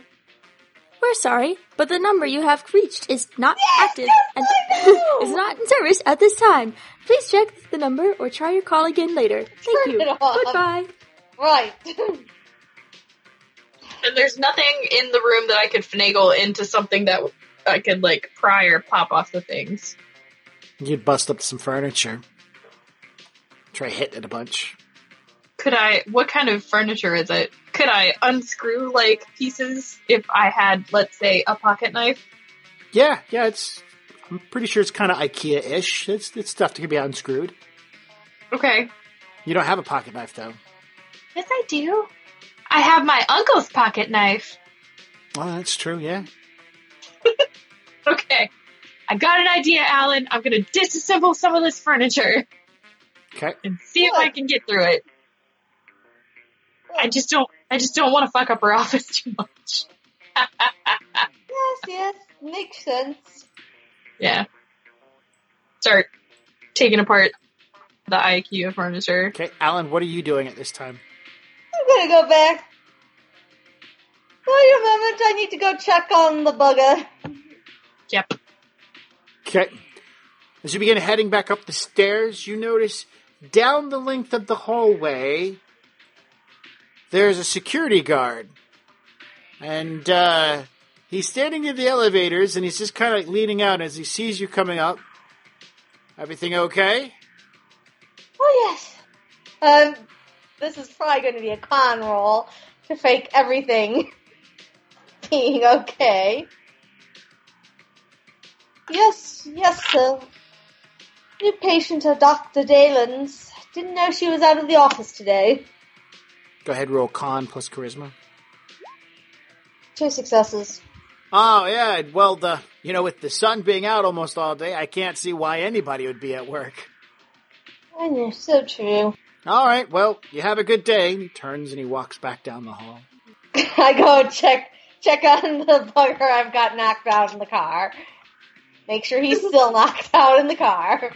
G: We're sorry, but the number you have reached is not active and is not in service at this time. Please check the number or try your call again later. Thank
F: Turn
G: you.
F: it off.
G: Goodbye.
F: Right.
C: And there's nothing in the room that I could finagle into something that I could like pry or pop off the things.
B: You'd bust up some furniture. Try hitting it a bunch.
C: Could I what kind of furniture is it? Could I unscrew like pieces if I had, let's say, a pocket knife?
B: Yeah, yeah, it's. I'm pretty sure it's kind of IKEA-ish. It's it's stuff that can be unscrewed.
C: Okay.
B: You don't have a pocket knife though.
C: Yes I do. I have my uncle's pocket knife.
B: Well, that's true. Yeah.
C: Okay. I got an idea, Alan. I'm going to disassemble some of this furniture
B: Okay.
C: and see if I can get through it. I just don't I just don't want to fuck up her office too much.
F: yes, makes sense.
C: Yeah. Start taking apart the IKEA furniture.
B: Okay, Alan, what are you doing at this time?
F: I'm gonna go back. Wait a moment, I need to go check on the bugger.
C: Yep.
B: Okay. As you begin heading back up the stairs, you notice down the length of the hallway there's a security guard. And uh, he's standing in the elevators and he's just kind of leaning out as he sees you coming up. Everything okay?
F: Oh yes. Um, this is probably going to be a con roll to fake everything being okay. Yes, yes, sir. New patient of Dr. Dalen's. Didn't know she was out of the office today.
B: Go ahead, roll con plus charisma.
F: Two successes.
B: Oh yeah, well the you know with the sun being out almost all day, I can't see why anybody would be at work.
F: And you're so true.
B: All right, well you have a good day. He turns and he walks back down the hall.
F: I go check check on the bugger I've got knocked out in the car. Make sure he's still knocked out in the car.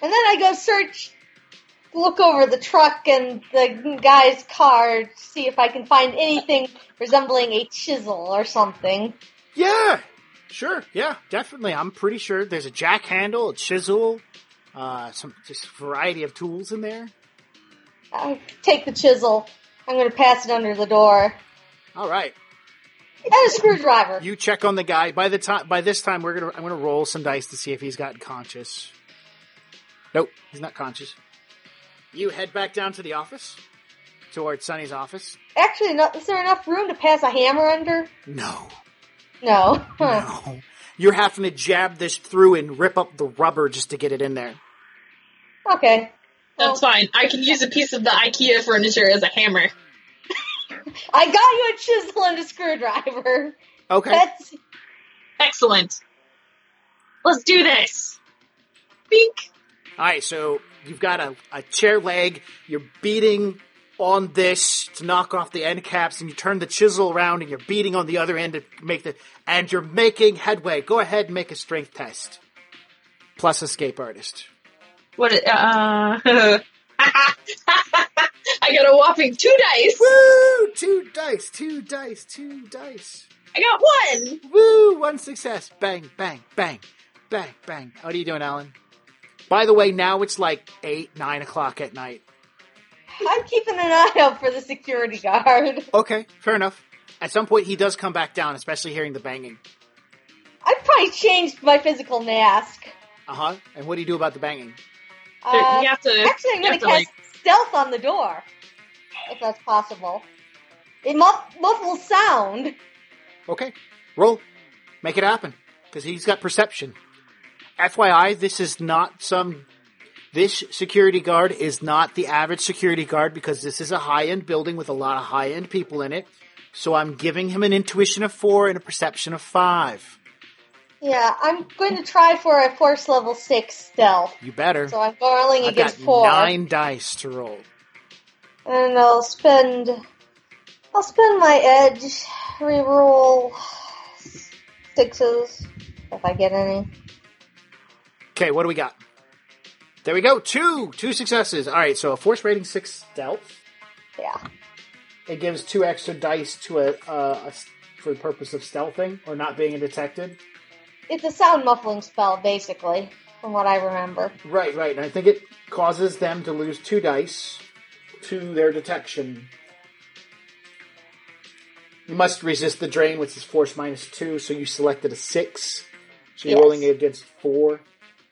F: And then I go search, look over the truck and the guy's car, to see if I can find anything resembling a chisel or something.
B: Yeah, sure, yeah, definitely. I'm pretty sure there's a jack handle, a chisel, uh, some just variety of tools in there.
F: I take the chisel. I'm going to pass it under the door.
B: All right,
F: And a screwdriver.
B: you check on the guy. By the time by this time, we're gonna I'm gonna roll some dice to see if he's gotten conscious. Nope, he's not conscious. You head back down to the office, towards Sonny's office.
F: Actually, no, is there enough room to pass a hammer under?
B: No.
F: No. Huh.
B: No. You're having to jab this through and rip up the rubber just to get it in there.
F: Okay.
C: That's fine. I can use a piece of the IKEA furniture as a hammer.
F: I got you a chisel and a screwdriver.
B: Okay.
F: That's
C: Excellent. Let's do this. Bink.
B: Alright, so you've got a, a chair leg, you're beating on this to knock off the end caps, and you turn the chisel around and you're beating on the other end to make the and you're making headway. Go ahead and make a strength test. Plus escape artist.
C: What? it- Uh, I got a whopping two dice.
B: Woo! Two dice, two dice, two dice.
C: I got one.
B: Woo! One success. Bang, bang, bang, bang, bang. What are you doing, Alan? By the way, now it's like eight, nine o'clock at night.
F: I'm keeping an eye out for the security guard.
B: Okay, fair enough. At some point, he does come back down, especially hearing the banging.
F: I probably changed my physical mask.
B: Uh huh. And what do you do about the banging?
F: Uh,
C: you have to.
F: actually, I'm
C: you
F: going
C: have
F: to
C: to,
F: cast
C: like-
F: stealth on the door, if that's possible. It muff- muffles sound.
B: Okay, roll. Make it happen. Because he's got perception. FYI, this is not some. This security guard is not the average security guard because this is a high end building with a lot of high end people in it. So I'm giving him an intuition of four and a perception of five.
F: Yeah, I'm going to try for a force level six stealth.
B: You better.
F: So I'm rolling
B: I've got
F: against four,
B: nine dice to roll.
F: and I'll spend. I'll spend my edge, reroll sixes if I get any.
B: Okay, what do we got? There we go. Two, two successes. All right, so a force rating six stealth.
F: Yeah.
B: It gives two extra dice to a, uh, a s- for the purpose of stealthing or not being detected.
F: It's a sound muffling spell, basically, from what I remember.
B: Right, right. And I think it causes them to lose two dice to their detection. You must resist the drain, which is force minus two, so you selected a six. So you're
F: Yes.
B: rolling against four.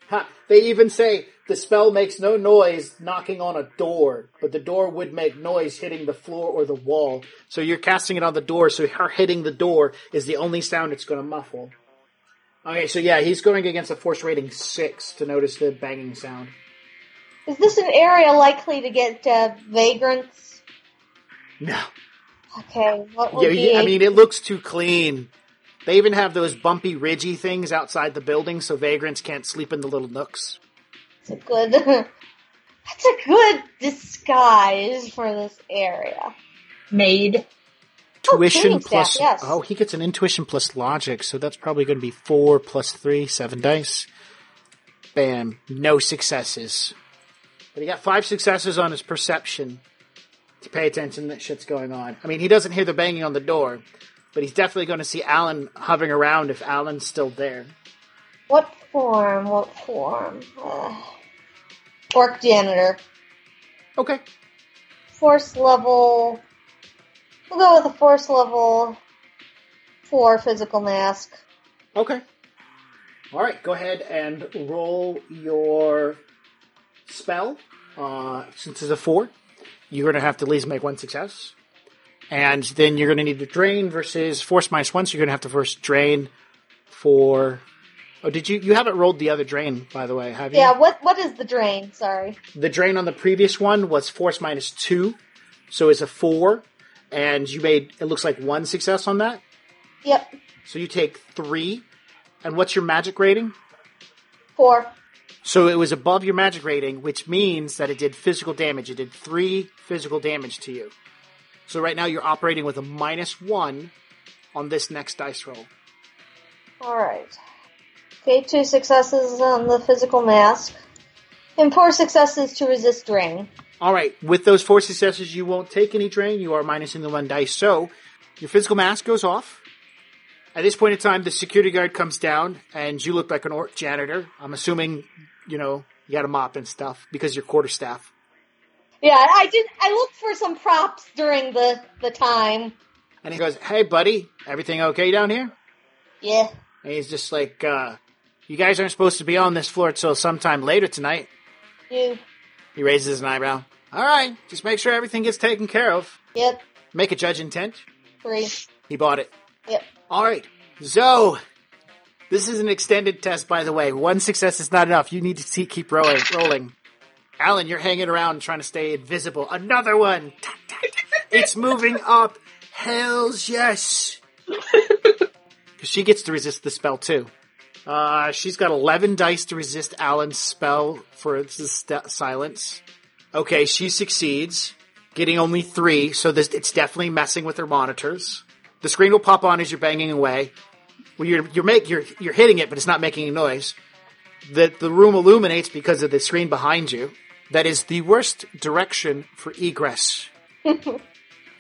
B: Ha! They even say the spell makes no noise knocking on a door, but the door would make noise hitting the floor or the wall. So you're casting it on the door, so her hitting the door is the only sound it's going to muffle. Okay, so yeah, he's going against a force rating six to notice the banging sound.
F: Is this an area likely to get uh, vagrants?
B: No,
F: Okay, what
B: yeah,
F: would be?
B: you- I
F: a-
B: mean it looks too clean. They even have those bumpy, ridgy things outside the building, so vagrants can't sleep in the little nooks.
F: it's a good. That's a good disguise for this area.
C: Made.
B: intuition
F: training
B: plus.
F: Oh, staff, yes.
B: Oh, he gets an intuition plus logic, so that's probably going to be four plus three, seven dice. Bam. No successes. But he got five successes on his perception to pay attention that shit's going on. I mean, he doesn't hear the banging on the door, but he's definitely going to see Alan hovering around if Alan's still there.
F: What form? What form? Uh, orc janitor.
B: Okay.
F: Force level. We'll go with a force level four physical mask.
B: Okay. All right, go ahead and roll your spell. Uh, since it's a four, you're going to have to at least make one success. And then you're going to need to drain versus force minus one, so you're going to have to first drain for. Oh, did you? You haven't rolled the other drain, by the way, have you?
F: Yeah. What? What is the drain? Sorry.
B: The drain on the previous one was force minus two, so it's a four, and you made, it looks like one success on that.
F: Yep.
B: So you take three. And what's your magic rating?
F: Four.
B: So it was above your magic rating, which means that it did physical damage. It did three physical damage to you. So right now you're operating with a minus one on this next dice roll.
F: All right. Okay, two successes on the physical mask, and four successes to resist drain.
B: All right, with those four successes, you won't take any drain. You are minusing the one dice. So your physical mask goes off. At this point in time, the security guard comes down, and you look like an orc janitor. I'm assuming, you know, you got a mop and stuff because you're quarterstaff.
F: Yeah, I did. I looked for some props during the the time.
B: And he goes, "Hey, buddy, everything okay down here?"
F: Yeah.
B: And he's just like, uh, "You guys aren't supposed to be on this floor till sometime later tonight."
F: You.
B: He raises an eyebrow. All right, just make sure everything gets taken care of.
F: Yep.
B: Make a judge intent.
F: Three.
B: He bought it.
F: Yep.
B: All right, so this is an extended test, by the way. One success is not enough. You need to see, keep rolling. rolling. Alan, you're hanging around trying to stay invisible. Another one. Tap, tap. it's moving up. Hell's yes. Because she gets to resist the spell too. Uh, she's got 11 dice to resist Alan's spell for its st- silence. Okay, she succeeds, getting only three, so this, it's definitely messing with her monitors. The screen will pop on as you're banging away. Well, you're you're make you're you're hitting it, but it's not making a noise. The the room illuminates because of the screen behind you. That is the worst direction for egress.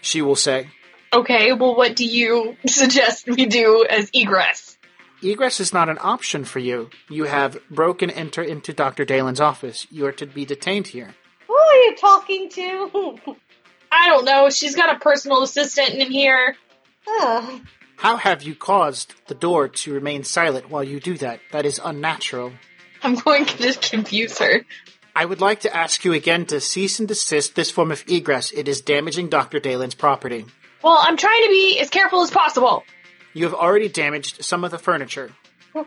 B: she will say.
C: Okay, well, what do you suggest we do as egress?
B: Egress is not an option for you. You have broken enter into Dr. Dalen's office. You are to be detained here.
F: Who are you talking to?
C: I don't know. She's got a personal assistant in here.
F: Huh.
B: How have you caused the door to remain silent while you do that? That is unnatural.
C: I'm going to just confuse her.
B: I would like to ask you again to cease and desist this form of egress. It is damaging Dr. Dalen's property.
C: Well, I'm trying to be as careful as possible.
B: You have already damaged some of the furniture.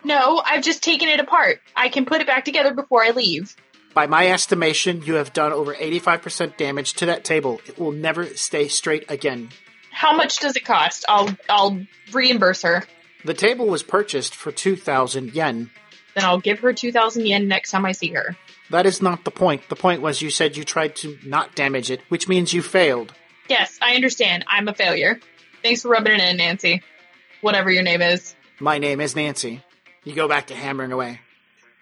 C: No, I've just taken it apart. I can put it back together before I leave.
B: By my estimation, you have done over 85% damage to that table. It will never stay straight again.
C: How much does it cost? I'll I'll reimburse her.
B: The table was purchased for 2,000 yen.
C: Then I'll give her 2000 yen next time I see her.
B: That is not the point. The point was you said you tried to not damage it, which means you failed.
C: Yes, I understand. I'm a failure. Thanks for rubbing it in, Nancy. Whatever your name is.
B: My name is Nancy. You go back to hammering away.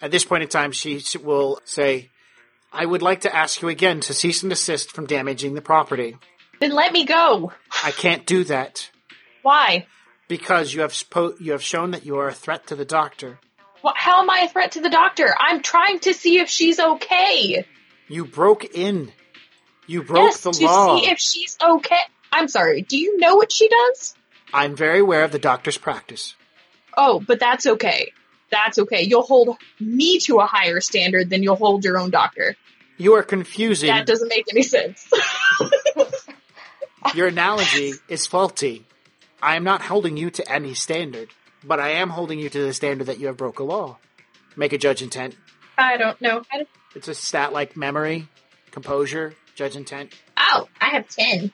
B: At this point in time, she s- will say, I would like to ask you again to cease and desist from damaging the property.
C: Then let me go.
B: I can't do that
C: Why?
B: because you have, spo- you have shown that you are a threat to the doctor.
C: Wh- How am I a threat to the doctor? I'm trying to see if she's okay.
B: You broke in. You broke
C: yes,
B: the
C: to
B: law.
C: see if she's okay. I'm sorry. Do you know what she does?
B: I'm very aware of the doctor's practice.
C: Oh, but that's okay. That's okay. You'll hold me to a higher standard than you'll hold your own doctor.
B: You are confusing.
C: That doesn't make any sense.
B: Your analogy is faulty. I am not holding you to any standard, but I am holding you to the standard that you have broke a law. Make a judge intent.
C: I don't know. I don't-
B: It's a stat like memory, composure, judge intent.
C: Ow, Oh, I have 10.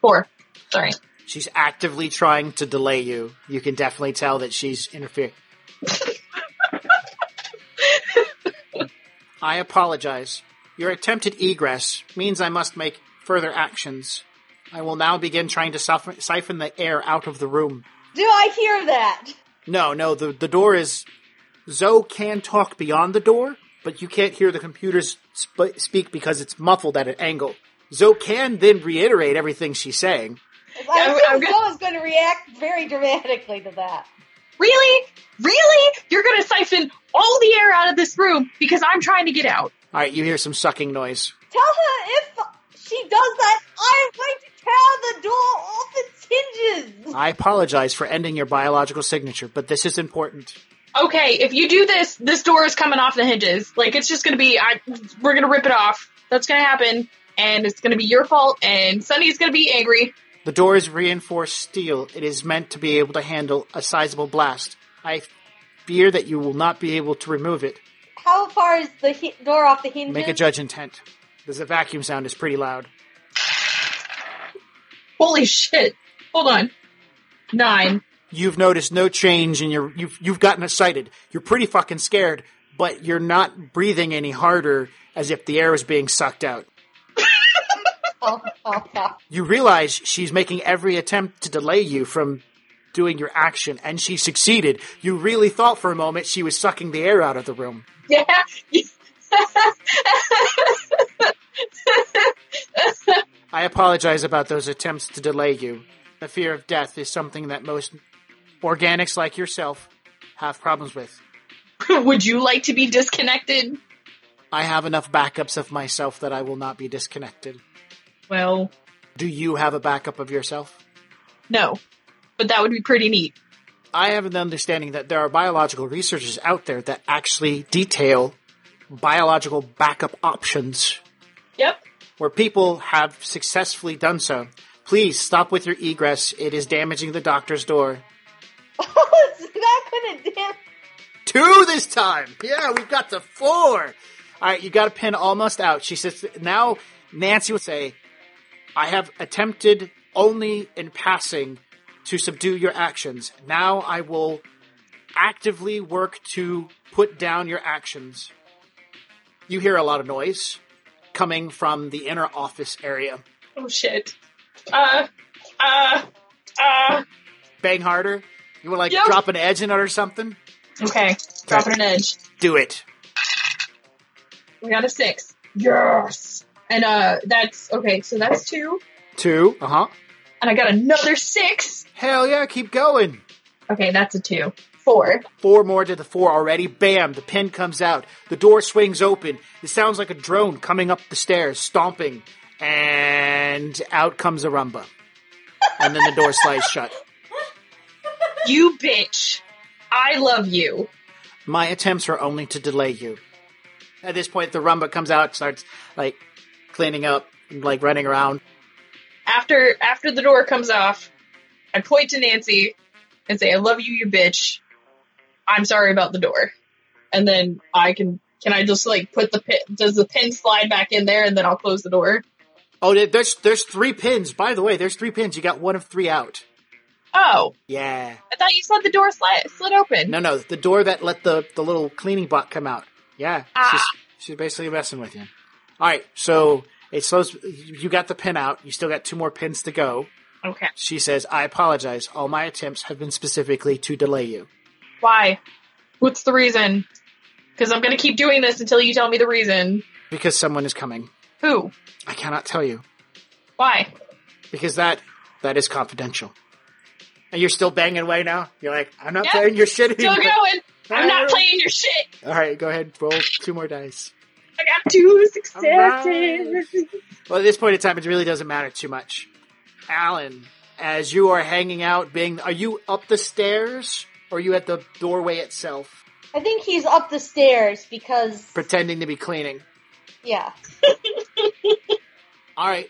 C: Four. Sorry.
B: She's actively trying to delay you. You can definitely tell that she's interfering. I apologize. Your attempted egress means I must make further actions. I will now begin trying to siph- siphon the air out of the room.
F: Do I hear that?
B: No, no, the, the door is. Zoe can talk beyond the door, but you can't hear the computers sp- speak because it's muffled at an angle. Zoe can then reiterate everything she's saying.
F: I
C: I'm-
F: assume
C: I'm gonna-
F: Zoe's going to react very dramatically to that.
C: Really? Really? You're going to siphon all the air out of this room because I'm trying to get out.
B: All right, you hear some sucking noise.
F: Tell her if she does that, I'm going to tear the door off its hinges.
B: I apologize for ending your biological signature, but this is important.
C: Okay, if you do this, this door is coming off the hinges. Like it's just going to be I we're going to rip it off. That's going to happen and it's going to be your fault and Sunny's going to be angry.
B: The door is reinforced steel. It is meant to be able to handle a sizable blast. I fear that you will not be able to remove it.
F: How far is the hi- door off the hinges?
B: Make a judge intent. Because the vacuum sound is pretty loud.
C: Holy shit. Hold on. 9.
B: You've noticed no change in your. You've you've gotten excited. You're pretty fucking scared, but you're not breathing any harder, as if the air was being sucked out.
F: Oh, oh, oh.
B: You realize she's making every attempt to delay you from doing your action, and she succeeded. You really thought for a moment she was sucking the air out of the room.
C: Yeah.
B: I apologize about those attempts to delay you. The fear of death is something that most organics like yourself have problems with.
C: Would you like to be disconnected?
B: I have enough backups of myself that I will not be disconnected.
C: Well,
B: Do you have a backup of yourself?
C: no. But that would be pretty neat.
B: I have an understanding that there are biological researchers out there that actually detail biological backup options
C: Yep.
B: where people have successfully done so. Please stop with your egress. It is damaging the doctor's door.
F: Oh, it's not going to damn.
B: two this time. Yeah, we've got to four. All right, you got a pin almost out. She says, now Nancy would say, I have attempted only in passing to subdue your actions. Now I will actively work to put down your actions. You hear a lot of noise coming from the inner office area.
C: Oh shit. Uh uh uh
B: Bang harder. You want to like
C: Yep.
B: drop an edge in it or something?
C: Okay. Dropping an edge.
B: Do it.
C: We got a six. Yes. And uh that's okay, so that's two.
B: Two. Uh huh.
C: And I got another six.
B: Hell yeah, keep going.
C: Okay, that's a two. Four.
B: Four more to the four already. Bam! The pin comes out. The door swings open. It sounds like a drone coming up the stairs, stomping, and out comes a rumba. And then the door slides shut.
C: You bitch. I love you.
B: My attempts are only to delay you. At this point, the rumba comes out, starts like cleaning up, and, like running around.
C: After after the door comes off, I point to Nancy and say, I love you, you bitch. I'm sorry about the door. And then I can can I just like put the pin does the pin slide back in there and then I'll close the door?
B: Oh, there- there's there's three pins. By the way, there's three pins. You got one of three out.
C: Oh.
B: Yeah.
C: I thought you said the door slid slid open.
B: No, no, the door that let the, the little cleaning bot come out. Yeah, she's,
C: Ah.
B: she's basically messing with you. All right, so it slows. You got the pin out. You still got two more pins to go.
C: Okay.
B: She says, "I apologize. All my attempts have been specifically to delay you.
C: Why? What's the reason? Because I'm going to keep doing this until you tell me the reason.
B: because someone is coming.
C: Who?
B: I cannot tell you
C: Why?
B: because that that is confidential." And you're still banging away now. You're like, "I'm not
C: Yeah.
B: playing your shit
C: Still
B: anymore."
C: going. I'm not playing your shit.
B: All right, go ahead. Roll two more dice.
C: I got two
B: Alright.
C: successes.
B: Well, at this point in time, it really doesn't matter too much. Alan, as you are hanging out, being, are you up the stairs or are you at the doorway itself,
F: I think he's up the stairs because.
B: pretending to be cleaning?
F: Yeah.
B: All right.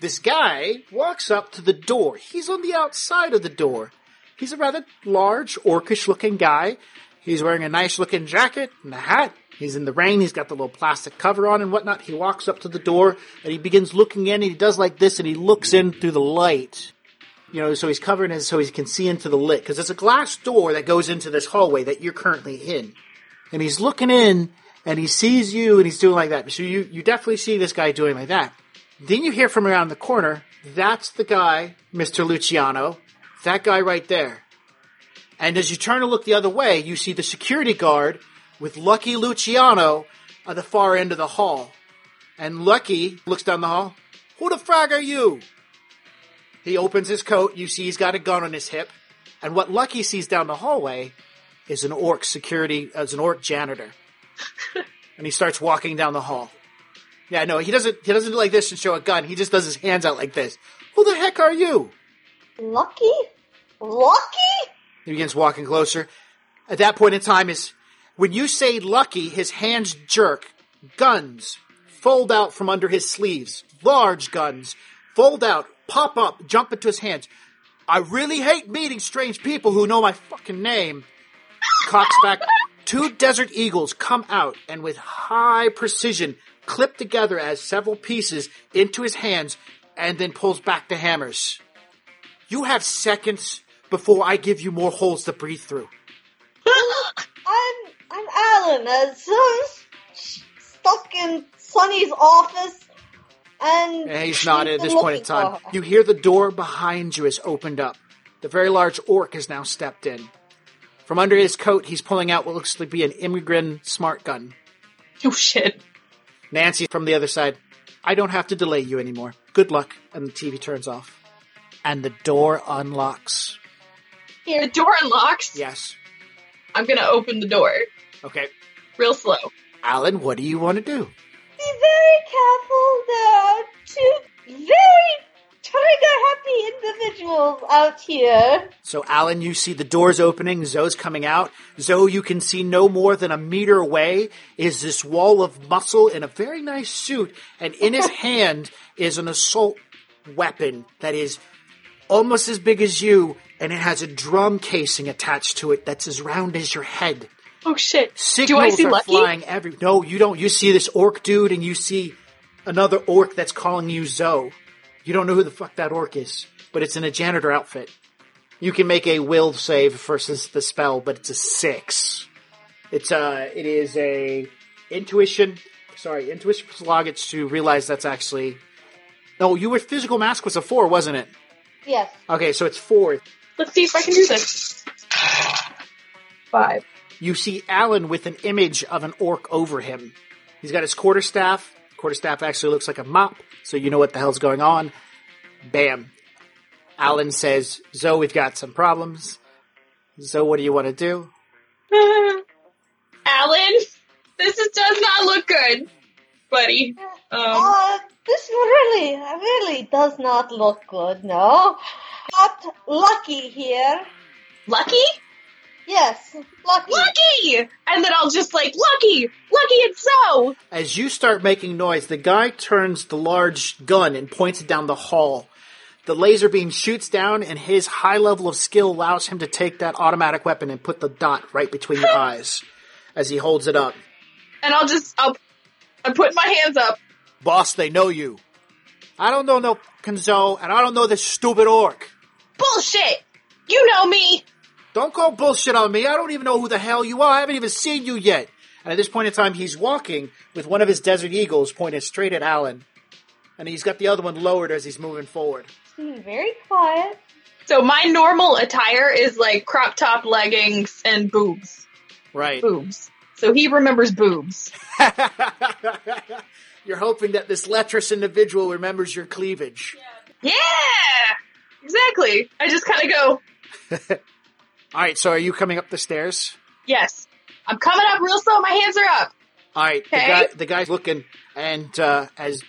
B: This guy walks up to the door. He's on the outside of the door. He's a rather large, orcish looking guy. He's wearing a nice looking jacket and a hat. He's in the rain. He's got the little plastic cover on and whatnot. He walks up to the door and he begins looking in and he does like this and he looks in through the light. You know, so he's covering his, so he can see into the lit. Cause there's a glass door that goes into this hallway that you're currently in and he's looking in and he sees you and he's doing like that. So you, you definitely see this guy doing like that. Then you hear from around the corner, that's the guy, Mr. Luciano, that guy right there. And as you turn to look the other way, you see the security guard with Lucky Luciano at the far end of the hall. And Lucky looks down the hall. Who the frag are you? He opens his coat. You see he's got a gun on his hip. And what Lucky sees down the hallway is an orc security, as an orc janitor. and he starts walking down the hall. Yeah, no, he doesn't. He doesn't do like this and show a gun. He just does his hands out like this. Who the heck are you?
F: Lucky? Lucky?
B: He begins walking closer. At that point in time, is when you say lucky, his hands jerk, guns fold out from under his sleeves, large guns fold out, pop up, jump into his hands. I really hate meeting strange people who know my fucking name. Cocks back. Two desert eagles come out and with high precision clip together as several pieces into his hands and then pulls back the hammers. You have seconds before I give you more holes to breathe through.
F: I'm I'm Alan. Uh, so I'm s- stuck in Sonny's office, and
B: And he's not at
F: been
B: this point in
F: looking
B: time.
F: for her.
B: You hear the door behind you is opened up. The very large orc has now stepped in. From under his coat, he's pulling out what looks to be an immigrant smart gun.
C: Oh shit.
B: Nancy from the other side, I don't have to delay you anymore. Good luck. And the TV turns off. And the door unlocks.
C: The door unlocks.
B: Yes.
C: I'm gonna open the door
B: Okay.
C: real slow.
B: Alan, what do you want to do?
F: Be very careful. There are two very tiger-happy individuals out here.
B: So, Alan, you see the doors opening, Zoe's coming out. Zoe, you can see no more than a meter away is this wall of muscle in a very nice suit, and in his hand is an assault weapon that is almost as big as you, and it has a drum casing attached to it that's as round as your head.
C: Oh shit.
B: Signals
C: Do I see
B: are
C: Lucky?
B: flying every. No, you don't. You see this orc dude, and you see another orc that's calling you Zoe. You don't know who the fuck that orc is, but it's in a janitor outfit. You can make a will save versus the spell, but it's a six. It's uh, it is a intuition. Sorry, intuition plus logits to realize that's actually. No, you were physical mask was a four, wasn't it?
F: Yes.
B: Okay, so it's four.
C: Let's see if I can do this. Five.
B: you see Alan with an image of an orc over him. He's got his quarterstaff. Quarterstaff actually looks like a mop, so you know what the hell's going on. Bam. Alan says, Zoe, we've got some problems. Zoe, what do you want to do?
C: Alan, this is, does not look good, buddy. Um,
F: Uh, this really, really does not look good. No, not lucky here.
C: lucky?
F: Yes, lucky.
C: Lucky! And then I'll just like, Lucky! Lucky and so!
B: As you start making noise, the guy turns the large gun and points it down the hall. The laser beam shoots down, and his high level of skill allows him to take that automatic weapon and put the dot right between your eyes as he holds it up.
C: And I'll just, I'll, I put my hands up.
B: Boss, they know you. I don't know no fucking Zoe, and I don't know this stupid orc.
C: Bullshit! You know me!
B: Don't call bullshit on me. I don't even know who the hell you are. I haven't even seen you yet. And at this point in time, he's walking with one of his desert eagles pointed straight at Alan. And he's got the other one lowered as he's moving forward.
F: Seem Hmm, very quiet.
C: So my normal attire is like crop top leggings and boobs.
B: Right.
C: Boobs. So he remembers boobs.
B: You're hoping that this lecherous individual remembers your cleavage.
C: Yeah! Exactly. I just kind of go,
B: All right, so are you coming up the stairs?
C: yes. I'm coming up real slow, my hands are up.
B: All right, the
C: Okay.
B: guy, the guy's looking, and uh, as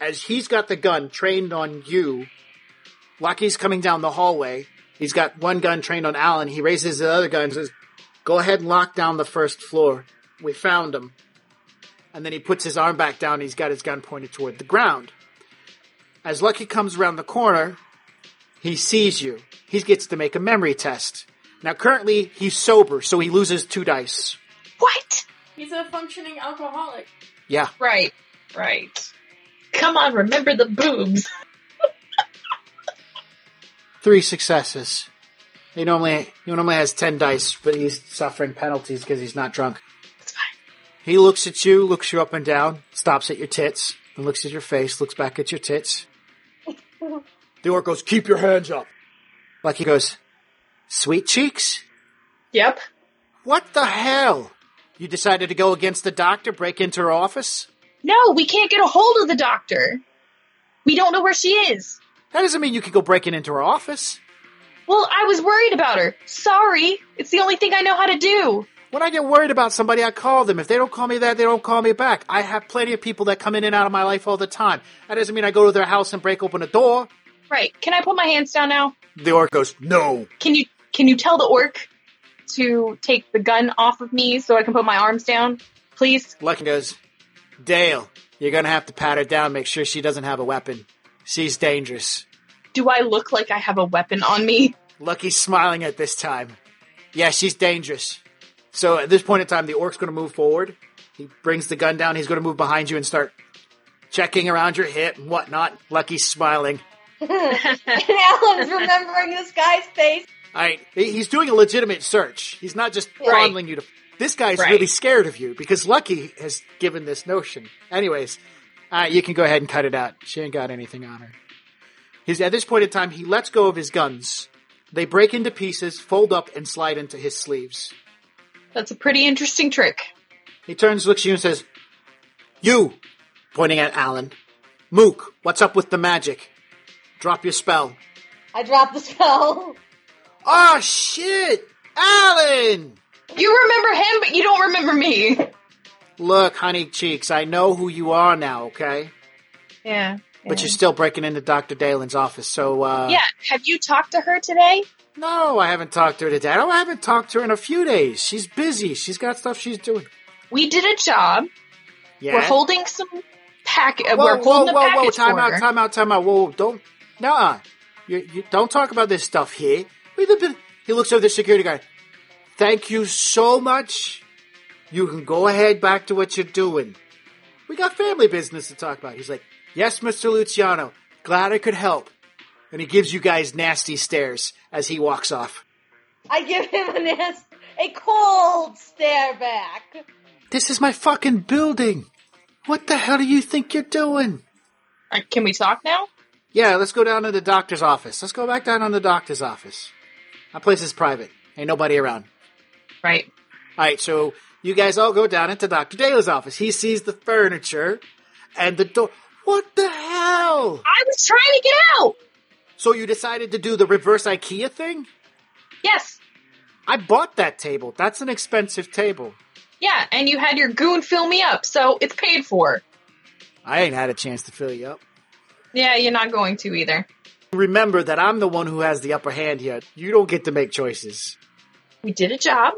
B: as he's got the gun trained on you, Lucky's coming down the hallway. He's got one gun trained on Alan. He raises the other gun and says, "Go ahead and lock down the first floor. We found him." And then he puts his arm back down. He's got his gun pointed toward the ground. As Lucky comes around the corner, he sees you. He gets to make a memory test. Now, currently, he's sober, so he loses two dice.
C: What?
D: He's a functioning alcoholic.
B: Yeah.
C: Right. Right. Come on, remember the boobs.
B: three successes. He normally he normally has ten dice, but he's suffering penalties because he's not drunk. He looks at you, looks you up and down, stops at your tits. and looks at your face, looks back at your tits. The orc goes, Keep your hands up. Like he goes, Sweet cheeks?
C: Yep.
B: What the hell? You decided to go against the doctor, break into her office?
C: No, we can't get a hold of the doctor. We don't know where she is.
B: That doesn't mean you can go breaking into her office.
C: Well, I was worried about her. Sorry. It's the only thing I know how to do.
B: When I get worried about somebody, I call them. If they don't call me that, they don't call me back. I have plenty of people that come in and out of my life all the time. That doesn't mean I go to their house and break open a door.
C: Right. Can I put my hands down now?
B: The orc goes, No.
C: Can you can you tell the orc to take the gun off of me so I can put my arms down? Please?
B: Lucky goes, Dale, you're gonna have to pat her down, make sure she doesn't have a weapon. She's dangerous.
C: Do I look like I have a weapon on me?
B: Lucky's smiling at this time. Yeah, she's dangerous. So at this point in time, the orc's going to move forward. He brings the gun down. He's going to move behind you and start checking around your hip and whatnot. Lucky's smiling.
F: and Alan's remembering this guy's face.
B: All right, he- he's doing a legitimate search. He's not just fondling you to. This guy's
C: Right.
B: really scared of you because Lucky has given this notion. Anyways, all right, you can go ahead and cut it out. She ain't got anything on her. He's at this point in time. He lets go of his guns. They break into pieces, fold up, and slide into his sleeves.
C: That's a pretty interesting trick.
B: He turns, looks at you, and says, You, pointing at Alan. Mook, what's up with the magic? Drop your spell.
F: I dropped the spell.
B: Oh, shit! Alan!
C: You remember him, but you don't remember me.
B: Look, honey cheeks, I know who you are now, okay?
C: Yeah.
B: But you're still breaking into Dr. Dalen's office, so, uh.
C: yeah. Have you talked to her today?
B: No, I haven't talked to her today. I don't- I haven't talked to her in a few days. She's busy. She's got stuff she's doing.
C: We did a job.
B: Yeah.
C: We're holding some pack. uh,
B: whoa,
C: we're
B: whoa,
C: holding
B: whoa,
C: a
B: whoa,
C: package
B: time
C: for
B: out,
C: her.
B: time out, time out. Whoa, don't, nah, you, you don't talk about this stuff here. Wait a bit. He looks over the security guard. Thank you so much. You can go ahead back to what you're doing. We got family business to talk about. He's like, yes, Mr. Luciano, glad I could help. And he gives you guys nasty stares as he walks off.
F: I give him a nas- a cold stare back.
B: This is my fucking building. What the hell do you think you're doing?
C: Uh, Can we talk now?
B: Yeah, let's go down to the doctor's office. Let's go back down on the doctor's office. My place is private. Ain't nobody around.
C: Right.
B: All right, so you guys all go down into Dr. Dale's office. He sees the furniture and the door. What the hell?
C: I was trying to get out.
B: So you decided to do the reverse IKEA thing?
C: Yes.
B: I bought that table. That's an expensive table.
C: Yeah. And you had your goon fill me up, so it's paid for.
B: I ain't had a chance to fill you up.
C: Yeah, you're not going to either.
B: Remember that I'm the one who has the upper hand here. You don't get to make choices.
C: We did a job.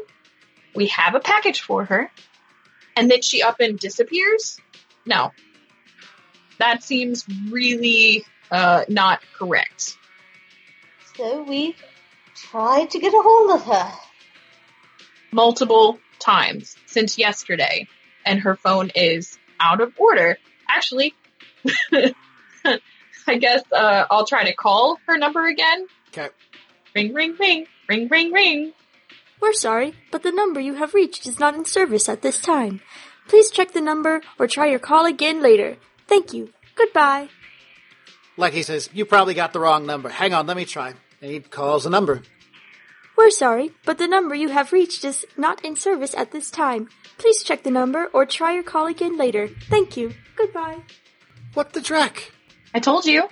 C: We have a package for her. And then she up and disappears? No. That seems really uh, not correct.
F: So we tried to get a hold of her.
C: multiple times since yesterday, and her phone is out of order. Actually, I guess uh, I'll try to call her number again.
B: 'Kay.
C: Ring, ring, ring, ring, ring, ring.
G: We're sorry, but the number you have reached is not in service at this time. Please check the number or try your call again later. Thank you. Goodbye.
B: Like he says, you probably got the wrong number. Hang on, let me try. And he calls a number.
G: We're sorry, but the number you have reached is not in service at this time. Please check the number or try your call again later. Thank you. Goodbye.
B: What the dreck?
C: I told you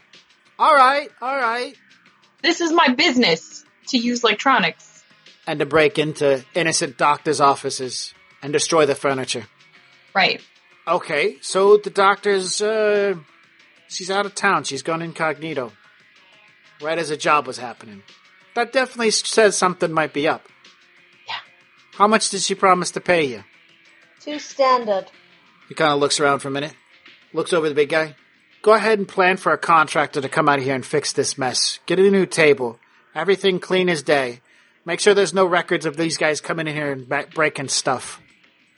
B: All right, all right.
C: this is my business to use electronics.
B: And to break into innocent doctors' offices and destroy the furniture.
C: Right.
B: Okay, so the doctor's, uh, she's out of town. She's gone incognito. Right as a job was happening. That definitely says something might be up.
C: Yeah.
B: How much did she promise to pay you?
F: Too standard.
B: He kind of looks around for a minute, looks over the big guy. Go ahead and plan for a contractor to come out here and fix this mess. Get a new table, everything clean as day. Make sure there's no records of these guys coming in here and ba- breaking stuff.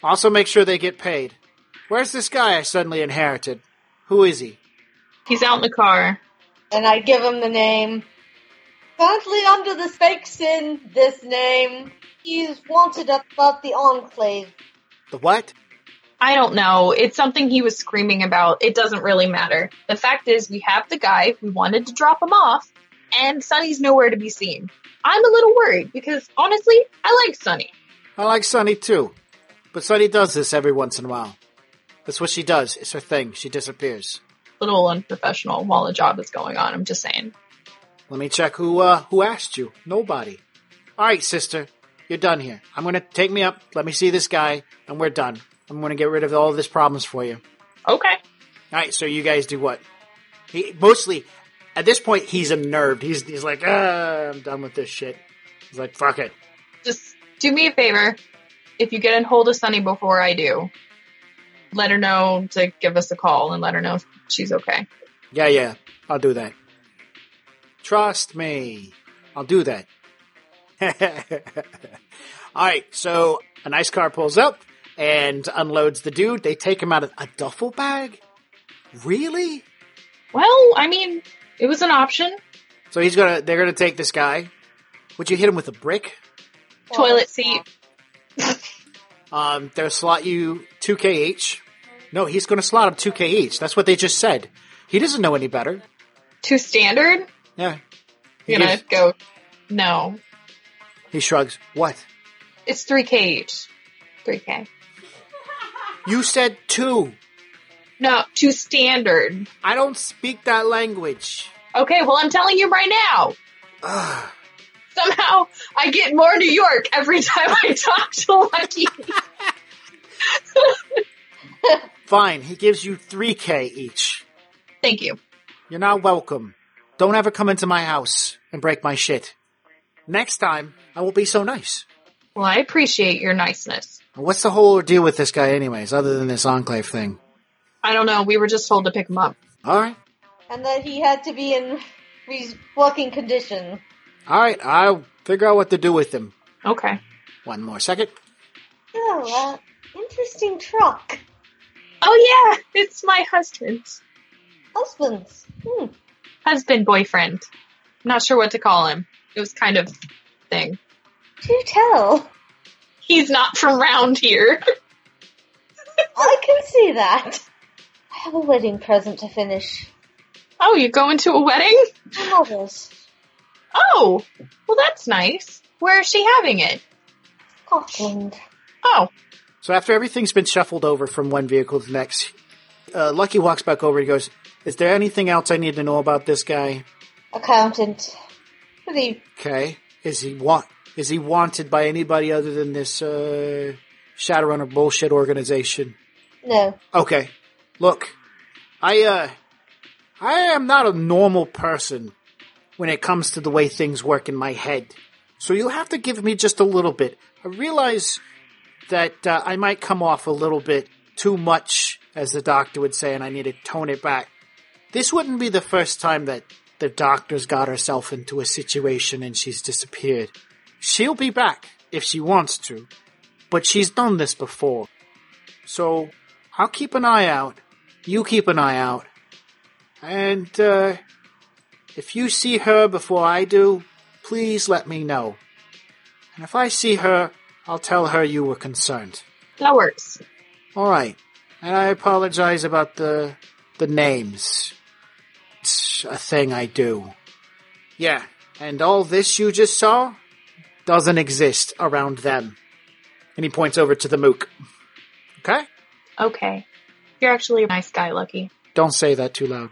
B: Also, make sure they get paid. Where's this guy I suddenly inherited? Who is he?
C: He's out in the car.
F: And I give him the name. Currently under the fakes in this name. He's wanted about the Enclave.
B: The what?
C: I don't know. It's something he was screaming about. It doesn't really matter. The fact is, we have the guy who wanted to drop him off, and Sunny's nowhere to be seen. I'm a little worried because honestly, I like Sunny.
B: I like Sunny too, but Sunny does this every once in a while. That's what she does. It's her thing. She disappears.
C: Little unprofessional while a job is going on. I'm just saying.
B: Let me check who uh, who asked you. Nobody. All right, sister, you're done here. I'm gonna take me up. Let me see this guy, and we're done. I'm gonna get rid of all of this problems for you.
C: Okay.
B: All right, so you guys do what? He mostly at this point he's unnerved. He's he's like, ah, I'm done with this shit. He's like, fuck it.
C: Just do me a favor. If you get in hold of Sunny before I do, let her know to give us a call and let her know if she's okay.
B: Yeah, yeah, I'll do that. Trust me, I'll do that. All right, so an ice car pulls up and unloads the dude. They take him out of a duffel bag. Really?
C: Well, I mean, it was an option.
B: So he's gonna. They're gonna take this guy. Would you hit him with a brick?
C: Toilet seat.
B: Um, they'll slot you 2kh. No, he's going to slot him 2kh. That's what they just said. He doesn't know any better.
C: Too standard?
B: Yeah. He,
C: You're gonna
B: just-
C: go, no.
B: he shrugs. What?
C: It's 3K each. 3K.
B: You said two.
C: No, too standard.
B: I don't speak that language.
C: Okay, well, I'm telling you right now.
B: Ugh.
C: Somehow, I get more New York every time I talk to Lucky.
B: Fine, he gives you 3k each.
C: Thank you.
B: You're not welcome. Don't ever come into my house and break my shit. Next time, I will be so nice.
C: Well, I appreciate your niceness.
B: What's the whole ordeal with this guy, anyways, other than this enclave thing?
C: I don't know. We were just told to pick him up.
B: Alright.
F: and that he had to be in re- working condition.
B: Alright, I'll figure out what to do with him.
C: Okay.
B: One more second.
F: Oh, uh, interesting truck.
C: Oh, yeah. It's my husband's
F: Husbands. Hmm.
C: husband boyfriend. I'm not sure what to call him. It was kind of thing.
F: Do tell.
C: He's not from round here.
F: I can see that. I have a wedding present to finish.
C: Oh, you going to a wedding?
F: My mother's.
C: Oh, well, that's nice. Where is she having it?
F: Scotland.
C: Oh,
B: So after everything's been shuffled over from one vehicle to the next, uh, Lucky walks back over and goes, Is there anything else I need to know about this guy?
F: Accountant. Pretty
B: Okay. Is he want? Is he wanted by anybody other than this uh, Shadowrunner bullshit organization?
F: no.
B: Okay. Look, I uh, I am not a normal person when it comes to the way things work in my head. So you have to give me just a little bit. I realize that uh, I might come off a little bit too much, as the doctor would say, and I need to tone it back. This wouldn't be the first time that the doctor's got herself into a situation and she's disappeared. She'll be back if she wants to, but she's done this before. So I'll keep an eye out. You keep an eye out. And uh, if you see her before I do, please let me know. And if I see her, I'll tell her you were concerned.
C: that works.
B: All right. And I apologize about the the names. It's a thing I do. Yeah. And all this you just saw doesn't exist around them. And he points over to the mook. Okay?
C: Okay. You're actually a nice guy, Lucky.
B: Don't say that too loud.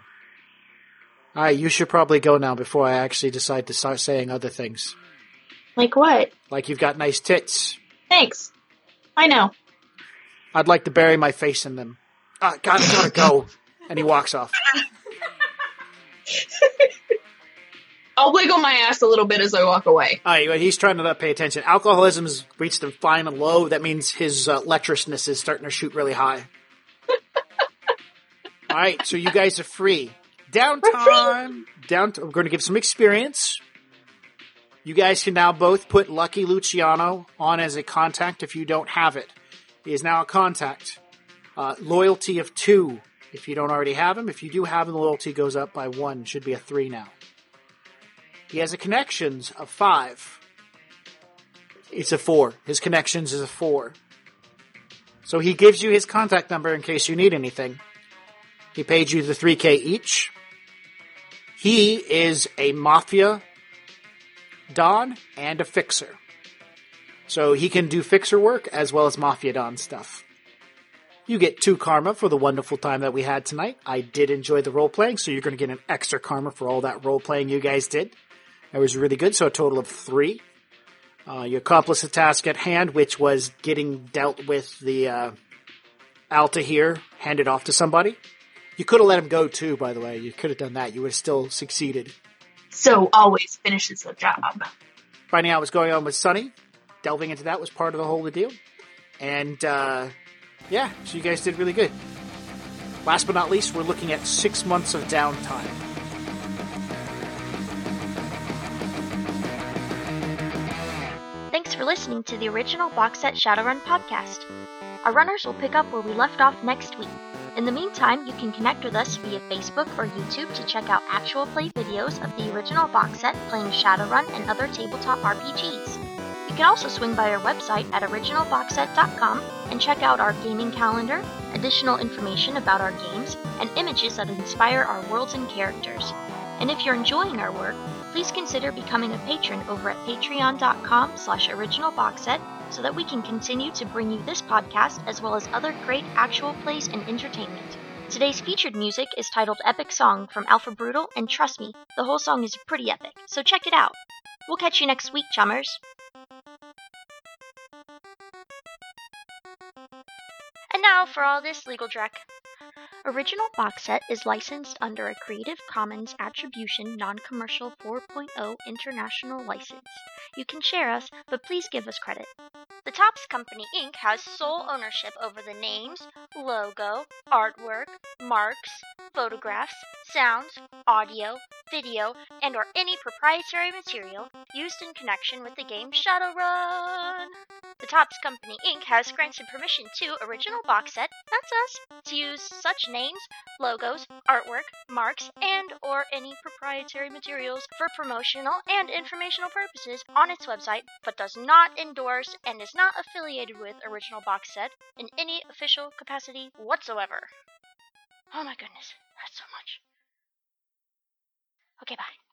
B: All right, you should probably go now before I actually decide to start saying other things.
C: Like what?
B: Like you've got nice tits.
C: Thanks. I know.
B: I'd like to bury my face in them. Uh, gotta, gotta go. And he walks off.
C: I'll wiggle my ass a little bit as I walk away.
B: All right, he's trying to not pay attention. Alcoholism's reached a fine low. That means his uh, lecherousness is starting to shoot really high. All right, so you guys are free. Downtime. Down. We're going to give some experience. You guys can now both put Lucky Luciano on as a contact if you don't have it. He is now a contact. Uh, loyalty of two if you don't already have him. If you do have him, the loyalty goes up by one. Should be a three now. He has a connections of five. It's a four. His connections is a four. So he gives you his contact number in case you need anything. He paid you the 3K each. He is a mafia don and a fixer. So he can do fixer work as well as mafia don stuff. You get two karma for the wonderful time that we had tonight. I did enjoy the role playing, so you're going to get an extra karma for all that role playing you guys did. That was really good, so a total of three. Uh, you accomplished the task at hand, which was getting dealt with the uh, Alta here, handed off to somebody. You could have let him go too, by the way. You could have done that. You would have still succeeded.
C: So always finishes the job.
B: Finding out what's going on with Sunny, delving into that was part of the whole deal. And uh, yeah, so you guys did really good. Last but not least, we're looking at six months of downtime.
A: Thanks for listening to the original Box Set Shadowrun podcast. Our runners will pick up where we left off next week. In the meantime, you can connect with us via Facebook or YouTube to check out actual play videos of the original box set playing Shadowrun and other tabletop RPGs. You can also swing by our website at originalboxset.com and check out our gaming calendar, additional information about our games, and images that inspire our worlds and characters. And if you're enjoying our work, please consider becoming a patron over at patreon.com slash originalboxset so that we can continue to bring you this podcast as well as other great actual plays and entertainment. Today's featured music is titled Epic Song from Alpha Brutal, and trust me, the whole song is pretty epic, so check it out. We'll catch you next week, chummers. And now for all this legal dreck. Original Box Set is licensed under a Creative Commons Attribution Non-Commercial 4.0 International License. You can share us, but please give us credit. The Tops Company Inc. has sole ownership over the names, logo, artwork, marks, photographs, sounds, audio, video, and or any proprietary material used in connection with the game Shadowrun. The Tops Company Inc. has granted permission to Original Box Set, that's us, to use such names, logos, artwork, marks, and or any proprietary materials for promotional and informational purposes on its website, but does not endorse and is not affiliated with Original Box Set in any official capacity whatsoever. Oh my goodness, that's so much. Okay, bye.